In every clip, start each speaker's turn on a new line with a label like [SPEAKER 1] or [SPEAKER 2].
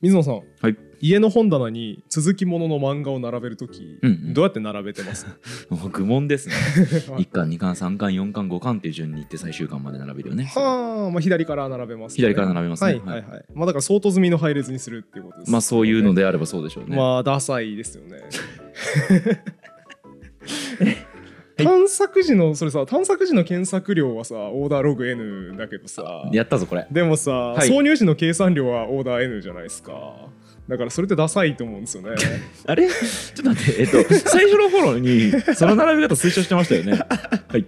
[SPEAKER 1] 水野さん、
[SPEAKER 2] はい
[SPEAKER 1] 家の本棚に続きものの漫画を並べるとき、
[SPEAKER 2] うんうん
[SPEAKER 1] どうやって並べて ます
[SPEAKER 2] もう愚問ですね
[SPEAKER 1] はい
[SPEAKER 2] 1巻2巻3巻4巻5巻っていう順にいって最終巻まで並べるよね
[SPEAKER 1] はあ、まあ、左から並べます、
[SPEAKER 2] 左から並べますね、
[SPEAKER 1] はいはい
[SPEAKER 2] はい
[SPEAKER 1] はい、まあ、だから相当済みの配列にするっていうことです、
[SPEAKER 2] まあそういうのであればそうでしょうね、
[SPEAKER 1] まあダサいですよ ね探索時のそれさ探索時の検索量はさオーダーログ N だけどさ
[SPEAKER 2] やったぞこれ
[SPEAKER 1] でもさ、
[SPEAKER 2] い
[SPEAKER 1] 挿入時の計算量はオーダー N じゃないですかだからそれってダサいと思うんです よね
[SPEAKER 2] あれちょっと待ってえっと最初の頃にその並べ方推奨してましたよねはい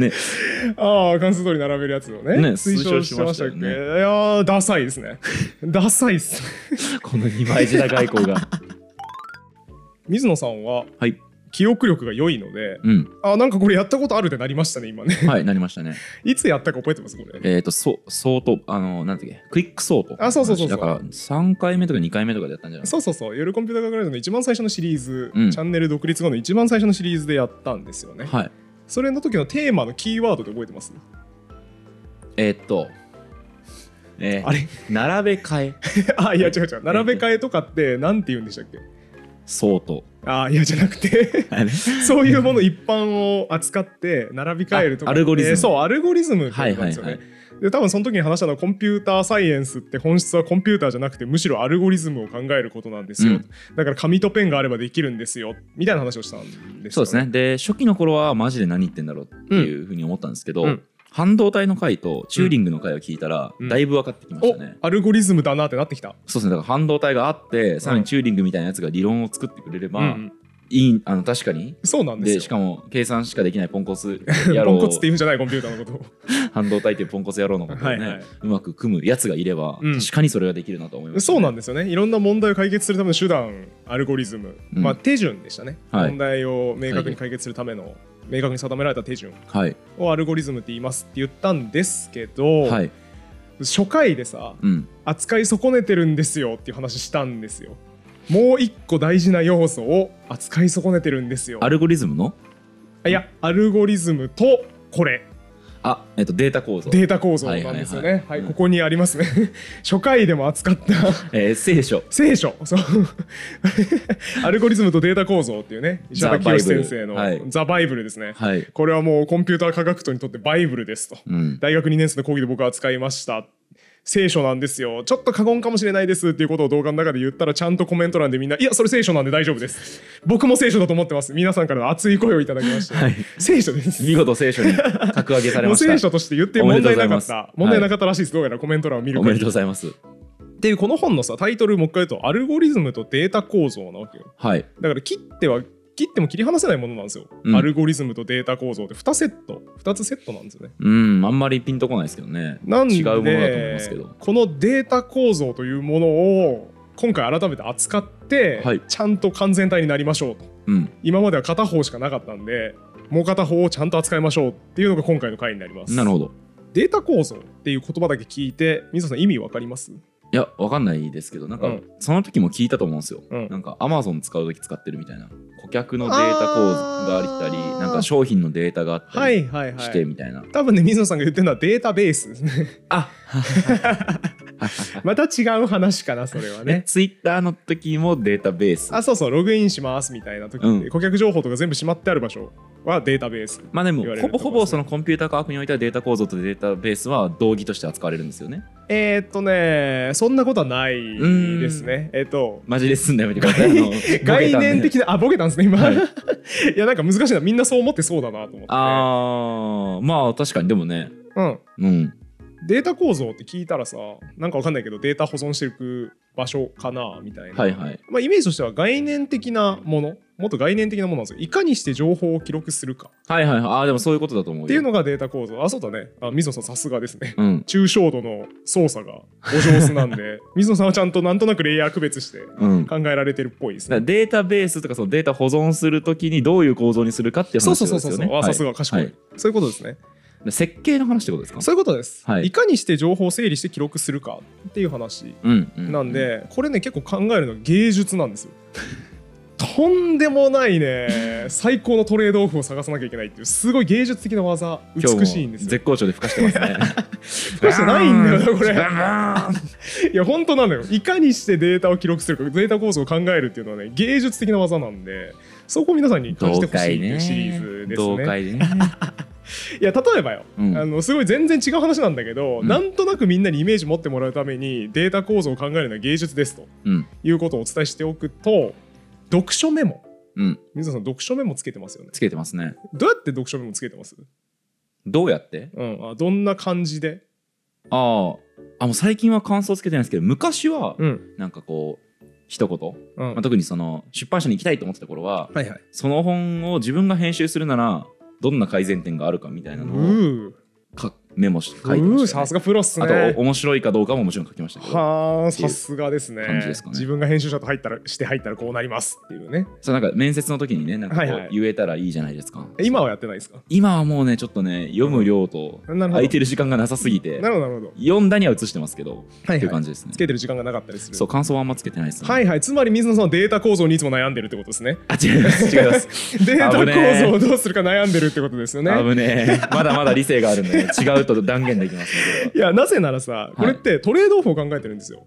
[SPEAKER 2] ね
[SPEAKER 1] ああ関数通り並べるやつをね
[SPEAKER 2] ね
[SPEAKER 1] 推奨してましたっ
[SPEAKER 2] 推奨してましたよ
[SPEAKER 1] け、
[SPEAKER 2] ね
[SPEAKER 1] いやーダサいですね ダサいっす
[SPEAKER 2] この二枚舌外交が
[SPEAKER 1] 水野さんは
[SPEAKER 2] はい
[SPEAKER 1] 記憶力が良いので
[SPEAKER 2] うん
[SPEAKER 1] あなんかこれやったことあるってなりましたね今ね
[SPEAKER 2] はいなりましたね
[SPEAKER 1] いつやったか覚えてますこれ
[SPEAKER 2] えっ、とそう相当あのなんていうっけクイックソート
[SPEAKER 1] あそうそうそうそう
[SPEAKER 2] だから3回目とか2回目とかでやったんじゃない
[SPEAKER 1] そうそうそう夜コンピューター学ラジオの一番最初のシリーズ、
[SPEAKER 2] うん
[SPEAKER 1] チャンネル独立後の一番最初のシリーズでやったんですよね
[SPEAKER 2] はい
[SPEAKER 1] それの時のテーマのキーワードで覚えてます
[SPEAKER 2] えーっと、えー
[SPEAKER 1] あれ
[SPEAKER 2] 並べ替え
[SPEAKER 1] あいや違う違う並べ替えとかってなんて言うんでしたっけ
[SPEAKER 2] 相当
[SPEAKER 1] あいやじゃなくてそういうもの一般を扱って並び替えるとか
[SPEAKER 2] あアルゴリズム
[SPEAKER 1] えーそうアルゴリズムって
[SPEAKER 2] は
[SPEAKER 1] 言
[SPEAKER 2] い
[SPEAKER 1] うん
[SPEAKER 2] は
[SPEAKER 1] で
[SPEAKER 2] い
[SPEAKER 1] すよね、
[SPEAKER 2] はい
[SPEAKER 1] で多分その時に話したのはコンピューターサイエンスって本質はコンピューターじゃなくてむしろアルゴリズムを考えることなんですよ、
[SPEAKER 2] うん
[SPEAKER 1] だから紙とペンがあればできるんですよみたいな話をしたんです
[SPEAKER 2] そ
[SPEAKER 1] よ
[SPEAKER 2] うですねで初期の頃はマジで何言ってんだろうっていうふうに思ったんですけど、
[SPEAKER 1] うん
[SPEAKER 2] 半導体の回とチューリングの回を聞いたら、
[SPEAKER 1] うん
[SPEAKER 2] だいぶ分かってきましたね、
[SPEAKER 1] おアルゴリズムだなってなってきた、
[SPEAKER 2] そうですねだから半導体があってさらにチューリングみたいなやつが理論を作ってくれれば、
[SPEAKER 1] うんうん
[SPEAKER 2] いいあの確かに
[SPEAKER 1] そうなんです
[SPEAKER 2] で
[SPEAKER 1] よ
[SPEAKER 2] しかも計算しかできないポンコツ 野
[SPEAKER 1] ポン
[SPEAKER 2] 郎
[SPEAKER 1] コツって言うんじゃないコンピューターの ことを
[SPEAKER 2] 半導体っていうポンコツ野郎のことを
[SPEAKER 1] は
[SPEAKER 2] ね
[SPEAKER 1] いはいう
[SPEAKER 2] まく組むやつがいれば、
[SPEAKER 1] うん
[SPEAKER 2] 確かにそれができるなと思います、
[SPEAKER 1] そうなん
[SPEAKER 2] で
[SPEAKER 1] ですよねいろんな問題を解決するための手段アルゴリズム、
[SPEAKER 2] うん
[SPEAKER 1] まあ手順でしたね、
[SPEAKER 2] はい
[SPEAKER 1] 問題を明確に解決するための明確に定められた手順
[SPEAKER 2] はい
[SPEAKER 1] をアルゴリズムって言いますって言ったんですけど、
[SPEAKER 2] はい
[SPEAKER 1] 初回でさ
[SPEAKER 2] うん
[SPEAKER 1] 扱い損ねてるんですよっていう話したんですよもう一個大事な要素を扱い損ねてるんですよ
[SPEAKER 2] アルゴリズムの
[SPEAKER 1] あいやアルゴリズムとこれ
[SPEAKER 2] あ、えっと、データ構造、
[SPEAKER 1] データ構造なんですよね。はい
[SPEAKER 2] はいはいうん
[SPEAKER 1] ここにありますね。 初回でも扱った
[SPEAKER 2] えー聖書
[SPEAKER 1] 聖書、そう アルゴリズムとデータ構造っていうね、石原清先生の
[SPEAKER 2] ザバイブルはい
[SPEAKER 1] ザ・バイブルですね。
[SPEAKER 2] はい、
[SPEAKER 1] これはもうコンピューター科学徒にとってバイブルですと。
[SPEAKER 2] うん、
[SPEAKER 1] 大学2年生の講義で僕は使いました。聖書なんですよ。ちょっと過言かもしれないですっていうことを動画の中で言ったらちゃんとコメント欄でみんな、いや、それ聖書なんで大丈夫です。僕も聖書だと思ってます。皆さんからの熱い声をいただきまして、
[SPEAKER 2] はい
[SPEAKER 1] 聖書です。
[SPEAKER 2] 見事聖書に格上げさ れ
[SPEAKER 1] も
[SPEAKER 2] ま
[SPEAKER 1] う
[SPEAKER 2] し
[SPEAKER 1] 聖
[SPEAKER 2] た
[SPEAKER 1] 書として言って
[SPEAKER 2] おめ
[SPEAKER 1] 問
[SPEAKER 2] でとう
[SPEAKER 1] 題
[SPEAKER 2] ござ
[SPEAKER 1] ないかっ
[SPEAKER 2] ます
[SPEAKER 1] た問題なかったらしいです、どうやらコメント欄を見る
[SPEAKER 2] お
[SPEAKER 1] 限
[SPEAKER 2] め
[SPEAKER 1] り
[SPEAKER 2] でとうございます
[SPEAKER 1] っていうこの本のさタイトルもう一回言うとアルゴリズムとデータ構造なわけよ
[SPEAKER 2] はい
[SPEAKER 1] だから切っては切っても切り離せないものなんですよ、
[SPEAKER 2] うん
[SPEAKER 1] アルゴリズムとデータ構造って2セット2つセットなんですよね
[SPEAKER 2] うんあんまりピンとこないですけどね
[SPEAKER 1] なんで
[SPEAKER 2] 違うものだと思いますけど
[SPEAKER 1] このデータ構造というものを今回改めて扱って、
[SPEAKER 2] はい
[SPEAKER 1] ちゃんと完全体になりましょうと
[SPEAKER 2] うん
[SPEAKER 1] 今までは片方しかなかったんでもう片方をちゃんと扱いましょうっていうのが今回の回になります
[SPEAKER 2] なるほど
[SPEAKER 1] データ構造っていう言葉だけ聞いて水野さん意味わかります
[SPEAKER 2] いやわかんないですけどなんか、
[SPEAKER 1] うん
[SPEAKER 2] その時も聞いたと思うんですよ、
[SPEAKER 1] うん
[SPEAKER 2] なんかアマゾン使う時使ってるみたいな顧客のデータ構造があったり
[SPEAKER 1] あー
[SPEAKER 2] なんか商品のデータがあった
[SPEAKER 1] は
[SPEAKER 2] り
[SPEAKER 1] いはいはい
[SPEAKER 2] してみたいな、
[SPEAKER 1] 多分ね水野さんが言ってるのはデータベースです ね
[SPEAKER 2] あ
[SPEAKER 1] また違う話かなそれは
[SPEAKER 2] ね
[SPEAKER 1] ね
[SPEAKER 2] ツイッターの時もデータベース
[SPEAKER 1] あそうそうログインしますみたいな時って、
[SPEAKER 2] うん
[SPEAKER 1] 顧客情報とか全部しまってある場所はデータベース
[SPEAKER 2] まあでも
[SPEAKER 1] 言われ
[SPEAKER 2] ほ
[SPEAKER 1] ると
[SPEAKER 2] ぼ
[SPEAKER 1] ころ
[SPEAKER 2] ほぼそのコンピューター科学においてはデータ構造とデータベースは同義として扱われるんですよね
[SPEAKER 1] えー、っとねそんなことはないですねえーっと
[SPEAKER 2] マジですんだやめてくださいあの
[SPEAKER 1] 概念的なあボケたんですね今、
[SPEAKER 2] は い
[SPEAKER 1] い、やなんか難しいなみんなそう思ってそうだなと思って
[SPEAKER 2] あーまあ確かにでもね
[SPEAKER 1] うん
[SPEAKER 2] うん
[SPEAKER 1] データ構造って聞いたらさなんかわかんないけどデータ保存していく場所かなみたいな、
[SPEAKER 2] はいはい
[SPEAKER 1] まあ、イメージとしては概念的なものもっと概念的なものなんですよいかにして情報を記録するか
[SPEAKER 2] はいはいはいあーでもそういうことだと思うよ
[SPEAKER 1] っていうのがデータ構造あそうだねあ水野さんさすがですね
[SPEAKER 2] うん
[SPEAKER 1] 抽象度の操作がお上手なん で水野さんはちゃんとなんとなくレイヤー区別して
[SPEAKER 2] うんだか
[SPEAKER 1] 考えられてるっぽいです
[SPEAKER 2] ら
[SPEAKER 1] ね
[SPEAKER 2] データベースとかそのデータ保存するときにどういう構造にするかっていう
[SPEAKER 1] そうそ
[SPEAKER 2] 話
[SPEAKER 1] う
[SPEAKER 2] です
[SPEAKER 1] そ
[SPEAKER 2] よ
[SPEAKER 1] う
[SPEAKER 2] ね
[SPEAKER 1] そうそう、あ
[SPEAKER 2] は
[SPEAKER 1] さ
[SPEAKER 2] い
[SPEAKER 1] すが賢い、
[SPEAKER 2] はい
[SPEAKER 1] そういうことですね
[SPEAKER 2] で設計の話ってことですか
[SPEAKER 1] そういうことです、
[SPEAKER 2] はい
[SPEAKER 1] い、かにして情報を整理して記録するかっていう話
[SPEAKER 2] うんう
[SPEAKER 1] なんで、これね結構考えるのが芸術なんですよ とんでもないね最高のトレードオフを探さなきゃいけないっていうすごい芸術的な技
[SPEAKER 2] 今
[SPEAKER 1] 美しい
[SPEAKER 2] 日
[SPEAKER 1] ん
[SPEAKER 2] も
[SPEAKER 1] ですよ
[SPEAKER 2] 絶好調でふかしてます ね。ふ
[SPEAKER 1] かしてないんだよなこれ
[SPEAKER 2] れ。
[SPEAKER 1] いや本当なのよいかにしてデータを記録するかデータ構造を考えるっていうのはね芸術的な技なんでそこを皆さんに感じて
[SPEAKER 2] 同
[SPEAKER 1] ほしい
[SPEAKER 2] 会
[SPEAKER 1] ってい
[SPEAKER 2] ね。
[SPEAKER 1] うシリーズです
[SPEAKER 2] 同
[SPEAKER 1] ね
[SPEAKER 2] 会でね。
[SPEAKER 1] いや例えばよ、
[SPEAKER 2] うん
[SPEAKER 1] あのすごい全然違う話なんだけど、
[SPEAKER 2] うん
[SPEAKER 1] なんとなくみんなにイメージ持ってもらうためにデータ構造を考えるのは芸術ですと
[SPEAKER 2] うん。
[SPEAKER 1] いうことをお伝えしておくと読書メモ
[SPEAKER 2] うん。
[SPEAKER 1] 水野さん読書メモつけてますよね
[SPEAKER 2] つけてますね。
[SPEAKER 1] どうやって読書メモつけてます
[SPEAKER 2] どうやって
[SPEAKER 1] うん、あどんな感じで、
[SPEAKER 2] ああ。あ、もう最近は感想つけてないんですけど、昔は、
[SPEAKER 1] うん
[SPEAKER 2] なんかこう、一言。
[SPEAKER 1] うん
[SPEAKER 2] まあ、特にその、出版社に行きたいと思ってた頃は、
[SPEAKER 1] はいはい。
[SPEAKER 2] その本を自分が編集するなら、どんな改善点があるかみたいうなのを
[SPEAKER 1] ー
[SPEAKER 2] かメモして書いて
[SPEAKER 1] う
[SPEAKER 2] ま
[SPEAKER 1] ー
[SPEAKER 2] した、
[SPEAKER 1] さす
[SPEAKER 2] ね。
[SPEAKER 1] がプロっす
[SPEAKER 2] あと、
[SPEAKER 1] ね。
[SPEAKER 2] お面白いかどうかももちろん書きましたけど、
[SPEAKER 1] はあ
[SPEAKER 2] てい
[SPEAKER 1] さ
[SPEAKER 2] う
[SPEAKER 1] すがですね
[SPEAKER 2] 感じですかね
[SPEAKER 1] 自分が編集者と入ったらして入ったらこうなりますっていうね
[SPEAKER 2] そうなんか面接の時にね、なんかこ
[SPEAKER 1] はいはいう
[SPEAKER 2] 言えたらいいじゃないですか。
[SPEAKER 1] え今はやってないですか
[SPEAKER 2] 今はもうね、ちょっとね、読む量と
[SPEAKER 1] なるほど
[SPEAKER 2] 空いてる時間がなさすぎて
[SPEAKER 1] な、るほどなるほど
[SPEAKER 2] 読んだには映してますけど、
[SPEAKER 1] は
[SPEAKER 2] っていう感じですね
[SPEAKER 1] つ。けてる時間がなかったりする
[SPEAKER 2] そう、感想はあんまつけてないですね。
[SPEAKER 1] はいはいつまり水野さんはデータ構造にいつも悩んでるってことですね
[SPEAKER 2] あ、違います。違います。
[SPEAKER 1] データ
[SPEAKER 2] 危ねえ
[SPEAKER 1] 構造をどうするか悩んでるってことですよね
[SPEAKER 2] 危ねえ。まだまだ理性があるんで、ね、違うと断言できますね、こ
[SPEAKER 1] いやなぜならさこれってトレードオフを考えてるんですよ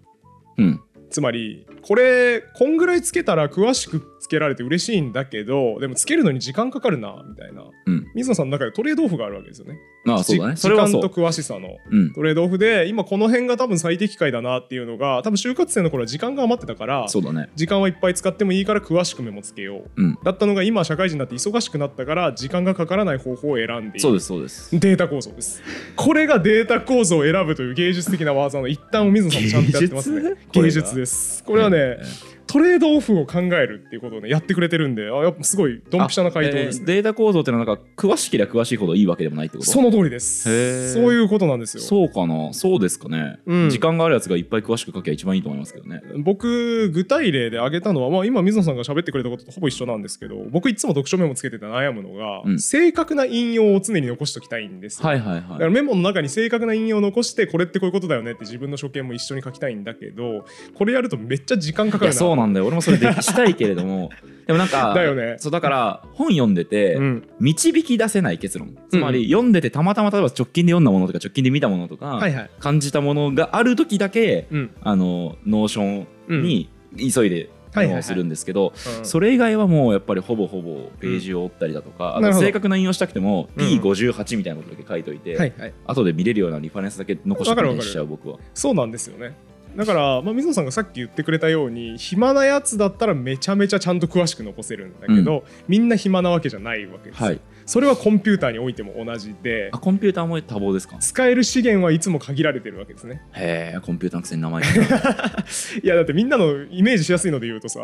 [SPEAKER 2] れは。うん。
[SPEAKER 1] つまりこれこんぐらいつけたら詳しくつけられて嬉しいんだけどでもつけるのに時間かかるなみたいな
[SPEAKER 2] うん。
[SPEAKER 1] 水野さんの中でトレードオフがあるわけですよね。
[SPEAKER 2] まあ、そうだね。
[SPEAKER 1] じ
[SPEAKER 2] それは
[SPEAKER 1] 時
[SPEAKER 2] そ
[SPEAKER 1] 間と
[SPEAKER 2] う。
[SPEAKER 1] 詳しさの
[SPEAKER 2] うん。
[SPEAKER 1] トレードオフで今この辺が多分最適解だなっていうのが多分就活生の頃は時間が余ってたから
[SPEAKER 2] そうだね。
[SPEAKER 1] 時間はいっぱい使ってもいいから詳しくメモつけよう、
[SPEAKER 2] うん
[SPEAKER 1] だったのが今社会人になって忙しくなったから時間がかからない方法を選んでいる
[SPEAKER 2] そうです、そうです。
[SPEAKER 1] データ構造ですこれがデータ構造を選ぶという芸術的な技の一端を水野さんもちゃんとやってますね
[SPEAKER 2] 芸術これ
[SPEAKER 1] 芸
[SPEAKER 2] が
[SPEAKER 1] 術ですこれはね、
[SPEAKER 2] ええ
[SPEAKER 1] トレードオフを考えるっていうことをねやってくれてるんであやっぱすごいドンピシャな回答です
[SPEAKER 2] あ
[SPEAKER 1] ね、
[SPEAKER 2] えーデータ構造ってのはなんか詳しければ詳しいほどいいわけでもないってこと
[SPEAKER 1] その通りで
[SPEAKER 2] へ
[SPEAKER 1] す
[SPEAKER 2] ー
[SPEAKER 1] そういうことなんですよ
[SPEAKER 2] そうかなそうですかね、
[SPEAKER 1] うん
[SPEAKER 2] 時間があるやつがいっぱい詳しく書きゃ一番いいと思いますけどね
[SPEAKER 1] 僕具体例で挙げたのは、まあ、今水野さんが喋ってくれたこととほぼ一緒なんですけど僕いつも読書メモつけてて悩むのが、
[SPEAKER 2] うん
[SPEAKER 1] 正確な引用を常に残しときたいんですよ
[SPEAKER 2] はいはい
[SPEAKER 1] だか
[SPEAKER 2] は
[SPEAKER 1] ら
[SPEAKER 2] い
[SPEAKER 1] メモの中に正確な引用を残してこれってこういうことだよねって自分の所見も一緒に書きたいんだけどこれやるとめっちゃ時間か
[SPEAKER 2] い
[SPEAKER 1] かる
[SPEAKER 2] や
[SPEAKER 1] な
[SPEAKER 2] そうなんだよ俺もそれできしたいけれ どもでもなんか
[SPEAKER 1] だよね
[SPEAKER 2] そうだから本読んでて、
[SPEAKER 1] うん
[SPEAKER 2] 導き出せない結論つまり読んでてたまたま例えば直近で読んだものとか直近で見たものとか、
[SPEAKER 1] はいはい
[SPEAKER 2] 感じたものがある時だけ
[SPEAKER 1] うん
[SPEAKER 2] あのノーションに急いで
[SPEAKER 1] はいはいはい
[SPEAKER 2] するんですけど、
[SPEAKER 1] うん
[SPEAKER 2] それ以外はもうやっぱりほぼほぼページを折ったりだとか、
[SPEAKER 1] うんな
[SPEAKER 2] あ
[SPEAKER 1] るほ
[SPEAKER 2] と
[SPEAKER 1] ど
[SPEAKER 2] 正確な引用したくても
[SPEAKER 1] うん
[SPEAKER 2] P58 みたいなことだけ書いといて、
[SPEAKER 1] はいはい
[SPEAKER 2] 後で見れるようなリファレンスだけ残して
[SPEAKER 1] わかる
[SPEAKER 2] た
[SPEAKER 1] わか
[SPEAKER 2] り
[SPEAKER 1] る
[SPEAKER 2] しちゃう僕は
[SPEAKER 1] そうなんですよねだから、まあ、水野さんがさっき言ってくれたように暇なやつだったらめちゃめちゃちゃんと詳しく残せるんだけど、みんな暇なわけじゃないわけです、
[SPEAKER 2] はい
[SPEAKER 1] それはコンピューターにおいても同じで
[SPEAKER 2] あコンピューターも多忙ですか
[SPEAKER 1] 使える資源はいつも限られてるわけですね
[SPEAKER 2] へえコンピューターのくせに名 前聞いた
[SPEAKER 1] いやだってみんなのイメージしやすいので言うとさ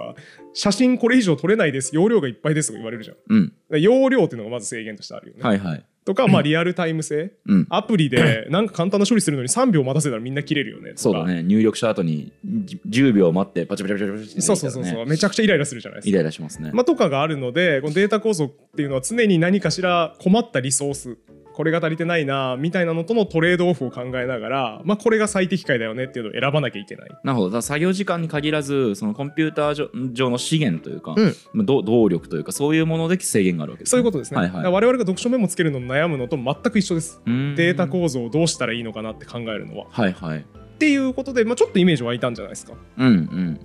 [SPEAKER 1] 写真これ以上撮れないです容量がいっぱいですとか言われるじゃんだか
[SPEAKER 2] うん
[SPEAKER 1] ら容量っていうのがまず制限としてあるよね、
[SPEAKER 2] はいはい
[SPEAKER 1] とかまあリアルタイム性
[SPEAKER 2] うん
[SPEAKER 1] アプリ でなんか簡単な処理するのに3秒待たせたらみんな切れるよねとか
[SPEAKER 2] そうだね入力した後にじ10秒待ってパチパチパチパチパチって
[SPEAKER 1] そうそうそう
[SPEAKER 2] やった
[SPEAKER 1] そ
[SPEAKER 2] ら
[SPEAKER 1] う
[SPEAKER 2] ね
[SPEAKER 1] めちゃくちゃイライラするじゃないですか
[SPEAKER 2] イライラしますね、
[SPEAKER 1] まあ、とかがあるのでこのデータ構造っていうのは常に何かしら困ったリソースこれが足りてないなみたいなのとのトレードオフを考えながら、まあ、これが最適解だよねっていうのを選ばなきゃいけない。
[SPEAKER 2] なるほどだから作業時間に限らずそのコンピューター上上の資源というか、
[SPEAKER 1] うん
[SPEAKER 2] まあど動力というかそういうもので制限があるわけです、
[SPEAKER 1] そういうことですね。
[SPEAKER 2] はい
[SPEAKER 1] だ
[SPEAKER 2] は
[SPEAKER 1] から
[SPEAKER 2] い
[SPEAKER 1] 我々が読書メモつけるのに悩むのと全く一緒です。
[SPEAKER 2] うーん
[SPEAKER 1] データ構造をどうしたらいいのかなって考えるのは。
[SPEAKER 2] はいはい
[SPEAKER 1] っていうことで、まあ、ちょっとイメージ湧いたんじゃないですか。
[SPEAKER 2] うんうんう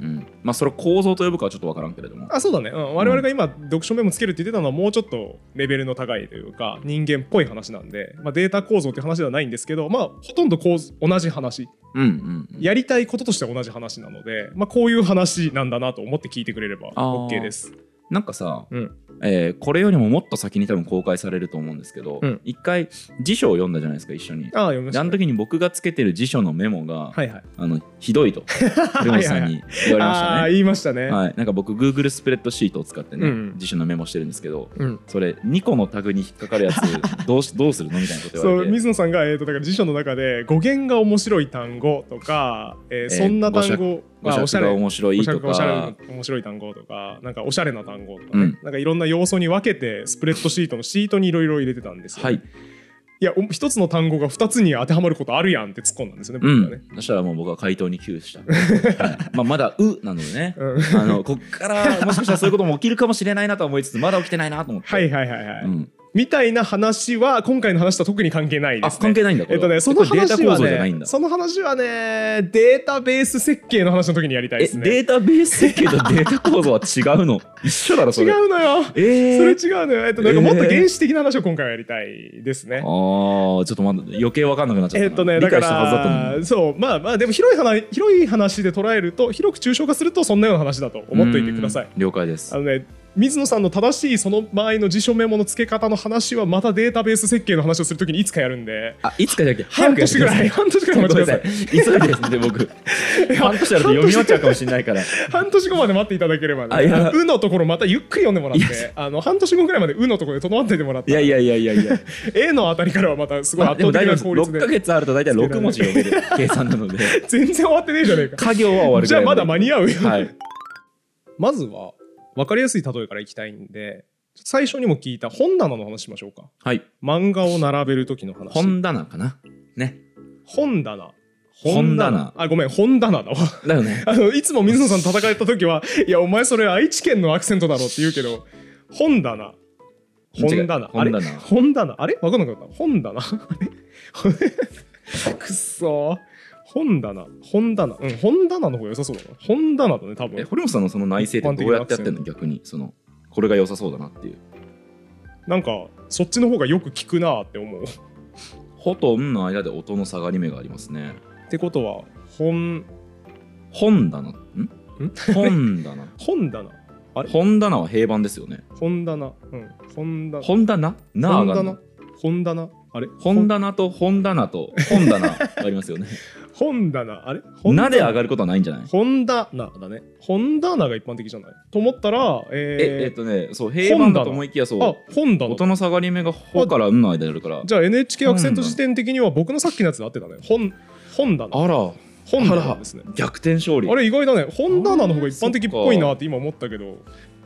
[SPEAKER 2] んまあそれを構造と呼ぶかはちょっとわからんけれども
[SPEAKER 1] あそうだね、うん、我々が今読書メモつけるって言ってたのはもうちょっとレベルの高いというか人間っぽい話なんで、まあ、データ構造っていう話ではないんですけど、まあ、ほとんど構図同じ話
[SPEAKER 2] うんうんうん
[SPEAKER 1] やりたいこととしては同じ話なので、まあ、こういう話なんだなと思って聞いてくれれば
[SPEAKER 2] あー
[SPEAKER 1] OK です。
[SPEAKER 2] なんかさ、
[SPEAKER 1] うん
[SPEAKER 2] えーこれよりももっと先に多分公開されると思うんですけど
[SPEAKER 1] うん
[SPEAKER 2] 一、回辞書を読んだじゃないですか一緒に。
[SPEAKER 1] ああ、読みまし
[SPEAKER 2] で
[SPEAKER 1] た
[SPEAKER 2] あの
[SPEAKER 1] ね、
[SPEAKER 2] 時に僕がつけてる辞書のメモが、
[SPEAKER 1] はいはい。
[SPEAKER 2] あのひどいと古本さんに言われまし
[SPEAKER 1] あ
[SPEAKER 2] た
[SPEAKER 1] あー、
[SPEAKER 2] ね。
[SPEAKER 1] 言いましたね。
[SPEAKER 2] はい、なんか僕 Google スプレッドシートを使ってね、
[SPEAKER 1] うん
[SPEAKER 2] 辞書のメモしてるんですけど
[SPEAKER 1] うん
[SPEAKER 2] それ2個のタグに引っかかるや つどうしどうするのみたいなこと言
[SPEAKER 1] そ
[SPEAKER 2] わ
[SPEAKER 1] う
[SPEAKER 2] れて
[SPEAKER 1] 水野さんが、えー、とだから辞書の中で語源が面白い単語とか、えー
[SPEAKER 2] ー
[SPEAKER 1] そんな単語
[SPEAKER 2] 語
[SPEAKER 1] あお
[SPEAKER 2] 尺
[SPEAKER 1] しゃれ
[SPEAKER 2] が面白い
[SPEAKER 1] おしゃ
[SPEAKER 2] と
[SPEAKER 1] れおしゃ
[SPEAKER 2] か
[SPEAKER 1] れな面白い単語とかなんかおしゃれな単語とかね、
[SPEAKER 2] うん
[SPEAKER 1] なんかいろんな要素に分けてスプレッドシートのシートにいろいろ入れてたんですよ、
[SPEAKER 2] はい
[SPEAKER 1] いやお一つの単語が二つに当てはまることあるやんって突っ込んだんですよね僕はね、
[SPEAKER 2] そしたらもう僕は回答に窮した。はいまあまだ「う」なのでね、
[SPEAKER 1] うん
[SPEAKER 2] あのこっからもしかしたらそういうことも起きるかもしれないなとは思いつつまだ起きてないなと思って。
[SPEAKER 1] はいはいはいはい、
[SPEAKER 2] うん
[SPEAKER 1] みたいな話は今回の話とは特に関係ないで
[SPEAKER 2] あ
[SPEAKER 1] すね
[SPEAKER 2] 関係ないんだこ
[SPEAKER 1] え
[SPEAKER 2] れ
[SPEAKER 1] っ
[SPEAKER 2] は
[SPEAKER 1] とね、その
[SPEAKER 2] これデータ
[SPEAKER 1] 話
[SPEAKER 2] 構
[SPEAKER 1] は
[SPEAKER 2] 造じゃないん
[SPEAKER 1] ね、
[SPEAKER 2] だ。
[SPEAKER 1] その話はね、データベース設計の話の時にやりたい
[SPEAKER 2] え
[SPEAKER 1] ですね。
[SPEAKER 2] データベース 設計とデータ構造は違うの一緒だろそ
[SPEAKER 1] 違
[SPEAKER 2] れ。
[SPEAKER 1] うのよ。
[SPEAKER 2] え
[SPEAKER 1] そ
[SPEAKER 2] ー
[SPEAKER 1] れ違うのよ。えっと、なんか
[SPEAKER 2] えー
[SPEAKER 1] もっと原始的な話を今回はやりたいですね
[SPEAKER 2] あ。ーちょっとまだ余計分かんなくなっちゃ
[SPEAKER 1] え
[SPEAKER 2] ったな。
[SPEAKER 1] っとね、
[SPEAKER 2] 理
[SPEAKER 1] だか
[SPEAKER 2] 解したはずだったの
[SPEAKER 1] ら、そう、まあまあ、でも広い話広い話で捉えると、広く抽象化すると、そんなような話だと思っておいてください。。
[SPEAKER 2] うん了解です
[SPEAKER 1] あ。のね、水野さんの正しいその場合の辞書メモの付け方の話は、またデータベース設計の話をするときにいつかやるんで、
[SPEAKER 2] あいつかじゃなくて早
[SPEAKER 1] 半
[SPEAKER 2] くやっ
[SPEAKER 1] 年
[SPEAKER 2] て
[SPEAKER 1] ぐ
[SPEAKER 2] くださ
[SPEAKER 1] らい、半年ぐらい
[SPEAKER 2] い。ご
[SPEAKER 1] 待ちてくださ
[SPEAKER 2] めんなさい
[SPEAKER 1] い。
[SPEAKER 2] 急いでですね僕。半年あると読み終わっちゃうかもしれないから。
[SPEAKER 1] 半年後まで待っていただければ
[SPEAKER 2] あいや
[SPEAKER 1] ね、うのところまたゆっくり読んでもらっ
[SPEAKER 2] いや
[SPEAKER 1] て、あの半年後ぐらいまでうのところで整っててもらっ
[SPEAKER 2] い
[SPEAKER 1] て、
[SPEAKER 2] やいやいやいやいや。
[SPEAKER 1] A のあたりからはまたすごい
[SPEAKER 2] まあ、
[SPEAKER 1] 圧
[SPEAKER 2] でも
[SPEAKER 1] 倒
[SPEAKER 2] 大
[SPEAKER 1] 的
[SPEAKER 2] 丈
[SPEAKER 1] な
[SPEAKER 2] 夫
[SPEAKER 1] 効率で
[SPEAKER 2] です。6ヶ、月あると大体6文字読める計算なので、
[SPEAKER 1] 全然終わってねえじゃねえか。
[SPEAKER 2] 家業は終わるぐらいまで
[SPEAKER 1] じゃあまだ間に合うよ
[SPEAKER 2] はい。
[SPEAKER 1] まずは分かりやすい例えからいきたいんで、最初にも聞いた本棚の話しましょうか。
[SPEAKER 2] はい。
[SPEAKER 1] 漫画を並べる時の話。
[SPEAKER 2] 本棚かな。ね。
[SPEAKER 1] 本棚。
[SPEAKER 2] 本棚
[SPEAKER 1] あ、ごめん、本棚だわ。
[SPEAKER 2] だよね。
[SPEAKER 1] あのいつも水野さん戦えた時は「いやお前それ愛知県のアクセントだろ」って言うけど本棚
[SPEAKER 2] 違
[SPEAKER 1] 本
[SPEAKER 2] う
[SPEAKER 1] 棚
[SPEAKER 2] 本
[SPEAKER 1] あれ
[SPEAKER 2] 棚
[SPEAKER 1] 本棚あれ分かんなくなった本棚あれくっそー本棚本棚うん本棚の方が良さそうだな本棚だね多
[SPEAKER 2] え、
[SPEAKER 1] 分
[SPEAKER 2] 堀本さんのその内政ってどうやってやってんの逆に。その、これが良さそうだなっていう。
[SPEAKER 1] なんかそっちの方がよく聞くなーって思うっ
[SPEAKER 2] ほとんの間で音の下がり目がありますね。
[SPEAKER 1] てことは本
[SPEAKER 2] 本棚。ん本棚。
[SPEAKER 1] 本棚あれ
[SPEAKER 2] 本棚は平板ですよね。
[SPEAKER 1] 本棚うん本棚
[SPEAKER 2] 本棚なあ
[SPEAKER 1] 本
[SPEAKER 2] がある
[SPEAKER 1] 棚
[SPEAKER 2] の。
[SPEAKER 1] 本棚あれ
[SPEAKER 2] 本棚と本棚と本棚がありますよね。
[SPEAKER 1] 本棚あれ 本
[SPEAKER 2] な
[SPEAKER 1] 棚
[SPEAKER 2] で上がることはないんじゃない
[SPEAKER 1] ホンダナだね。ホンダナが一般的じゃないと思ったら、
[SPEAKER 2] ええ
[SPEAKER 1] えー
[SPEAKER 2] っとね、そう、平板だと思いきや、そう
[SPEAKER 1] あ、、ホンダナ
[SPEAKER 2] 音。の下がり目が「ほ」から「ん」の間にあるから
[SPEAKER 1] じゃあ NHK アクセント辞典的には僕のさっきのやつで合ってたね。ホン、ホンダナ。
[SPEAKER 2] あら
[SPEAKER 1] ホンダナですね。
[SPEAKER 2] 逆転勝利
[SPEAKER 1] あれ意外だね。ホンダナの方が一般的っぽいなって今思ったけど。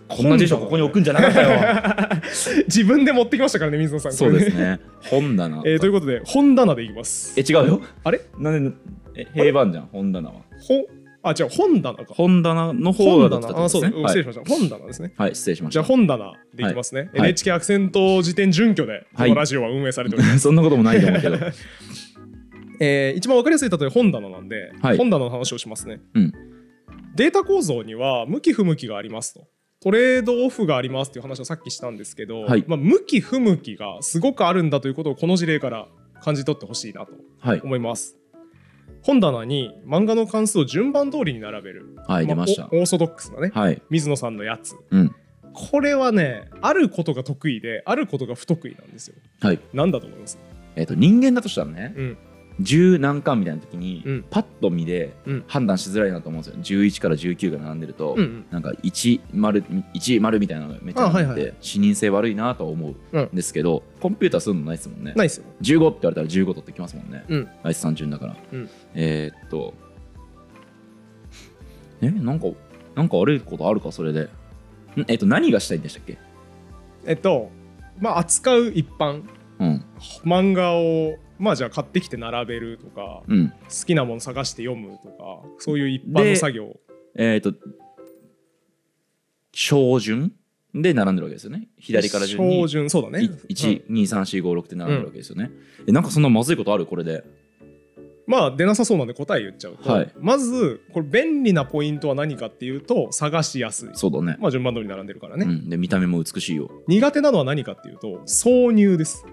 [SPEAKER 2] こんな辞書ここに置くんじゃなかったよ
[SPEAKER 1] 自分で持ってきましたからね、水野さん。
[SPEAKER 2] そうです
[SPEAKER 1] ね。
[SPEAKER 2] ね本棚
[SPEAKER 1] えーということで、本棚でいきます
[SPEAKER 2] え。違うよ
[SPEAKER 1] あれ
[SPEAKER 2] なんでえ平板じゃん本棚は
[SPEAKER 1] ほ、あ、違う、本棚か。
[SPEAKER 2] 本棚の方
[SPEAKER 1] 本
[SPEAKER 2] だったって
[SPEAKER 1] 棚。
[SPEAKER 2] こ
[SPEAKER 1] あ、
[SPEAKER 2] と
[SPEAKER 1] そう、
[SPEAKER 2] です
[SPEAKER 1] 失
[SPEAKER 2] ねは
[SPEAKER 1] 礼
[SPEAKER 2] い
[SPEAKER 1] しました。本棚ですね。
[SPEAKER 2] はい失礼しまし
[SPEAKER 1] じゃあ
[SPEAKER 2] た
[SPEAKER 1] 本棚でいきますね。
[SPEAKER 2] はい
[SPEAKER 1] NHK アクセント辞典準拠でこのラジオは運営されております。
[SPEAKER 2] そんなこともないと思うけど は
[SPEAKER 1] えー一番わかりやすい例え本棚なんで、
[SPEAKER 2] はい
[SPEAKER 1] 本棚の話をしますね、
[SPEAKER 2] うん
[SPEAKER 1] データ構造には向き不向きがありますとトレードオフがありますっていう話をさっきしたんですけど、
[SPEAKER 2] はい
[SPEAKER 1] まあ、向き不向きがすごくあるんだということをこの事例から感じ取ってほしいなと
[SPEAKER 2] い
[SPEAKER 1] 思います本棚に漫画の関数を順番通りに並べる、
[SPEAKER 2] はい出ました
[SPEAKER 1] あおオーソドックスなね
[SPEAKER 2] はい
[SPEAKER 1] 水野さんのやつ
[SPEAKER 2] うん
[SPEAKER 1] これはねあることが得意であることが不得意なんですよ
[SPEAKER 2] はい
[SPEAKER 1] なんだと思います
[SPEAKER 2] えっと人間だとしたらね
[SPEAKER 1] うん
[SPEAKER 2] 十何巻みたいな時
[SPEAKER 1] う
[SPEAKER 2] に
[SPEAKER 1] ん
[SPEAKER 2] パッと見で
[SPEAKER 1] うん
[SPEAKER 2] 判断しづらいなと思うんですよ11から19が並んでる
[SPEAKER 1] う
[SPEAKER 2] と
[SPEAKER 1] んうん
[SPEAKER 2] なんか1丸1丸みたいなのがめっちゃあって、
[SPEAKER 1] あはいは
[SPEAKER 2] 視認性悪いなとは思う
[SPEAKER 1] うん
[SPEAKER 2] んですけど、コンピューターそういうのないですもんね
[SPEAKER 1] ないっすよ
[SPEAKER 2] 15って言われたら15取ってきますもんね、
[SPEAKER 1] うん
[SPEAKER 2] あいつ30だから、
[SPEAKER 1] うん
[SPEAKER 2] えーっとえなんかなんか悪いことあるかそれでんえっと何がしたいんでしたっけ
[SPEAKER 1] えっとまあ扱う一般
[SPEAKER 2] うん
[SPEAKER 1] 漫画をまあじゃあ買ってきて並べるとか
[SPEAKER 2] うん
[SPEAKER 1] 好きなもの探して読むとかそういう一般の作業
[SPEAKER 2] えーっと小順で並んでるわけですよね左から順に
[SPEAKER 1] 標準そうだねうん
[SPEAKER 2] 123456って並んでるわけですよね、えなんかそんなまずいことあるこれで
[SPEAKER 1] まあ出なさそうなんで答え言っちゃうと、
[SPEAKER 2] はい
[SPEAKER 1] まずこれ便利なポイントは何かっていうと探しやすい
[SPEAKER 2] そうだね
[SPEAKER 1] まあ順番通り並んでるからね、
[SPEAKER 2] うん、で見た目も美しいよ
[SPEAKER 1] 苦手なのは何かっていうと挿入です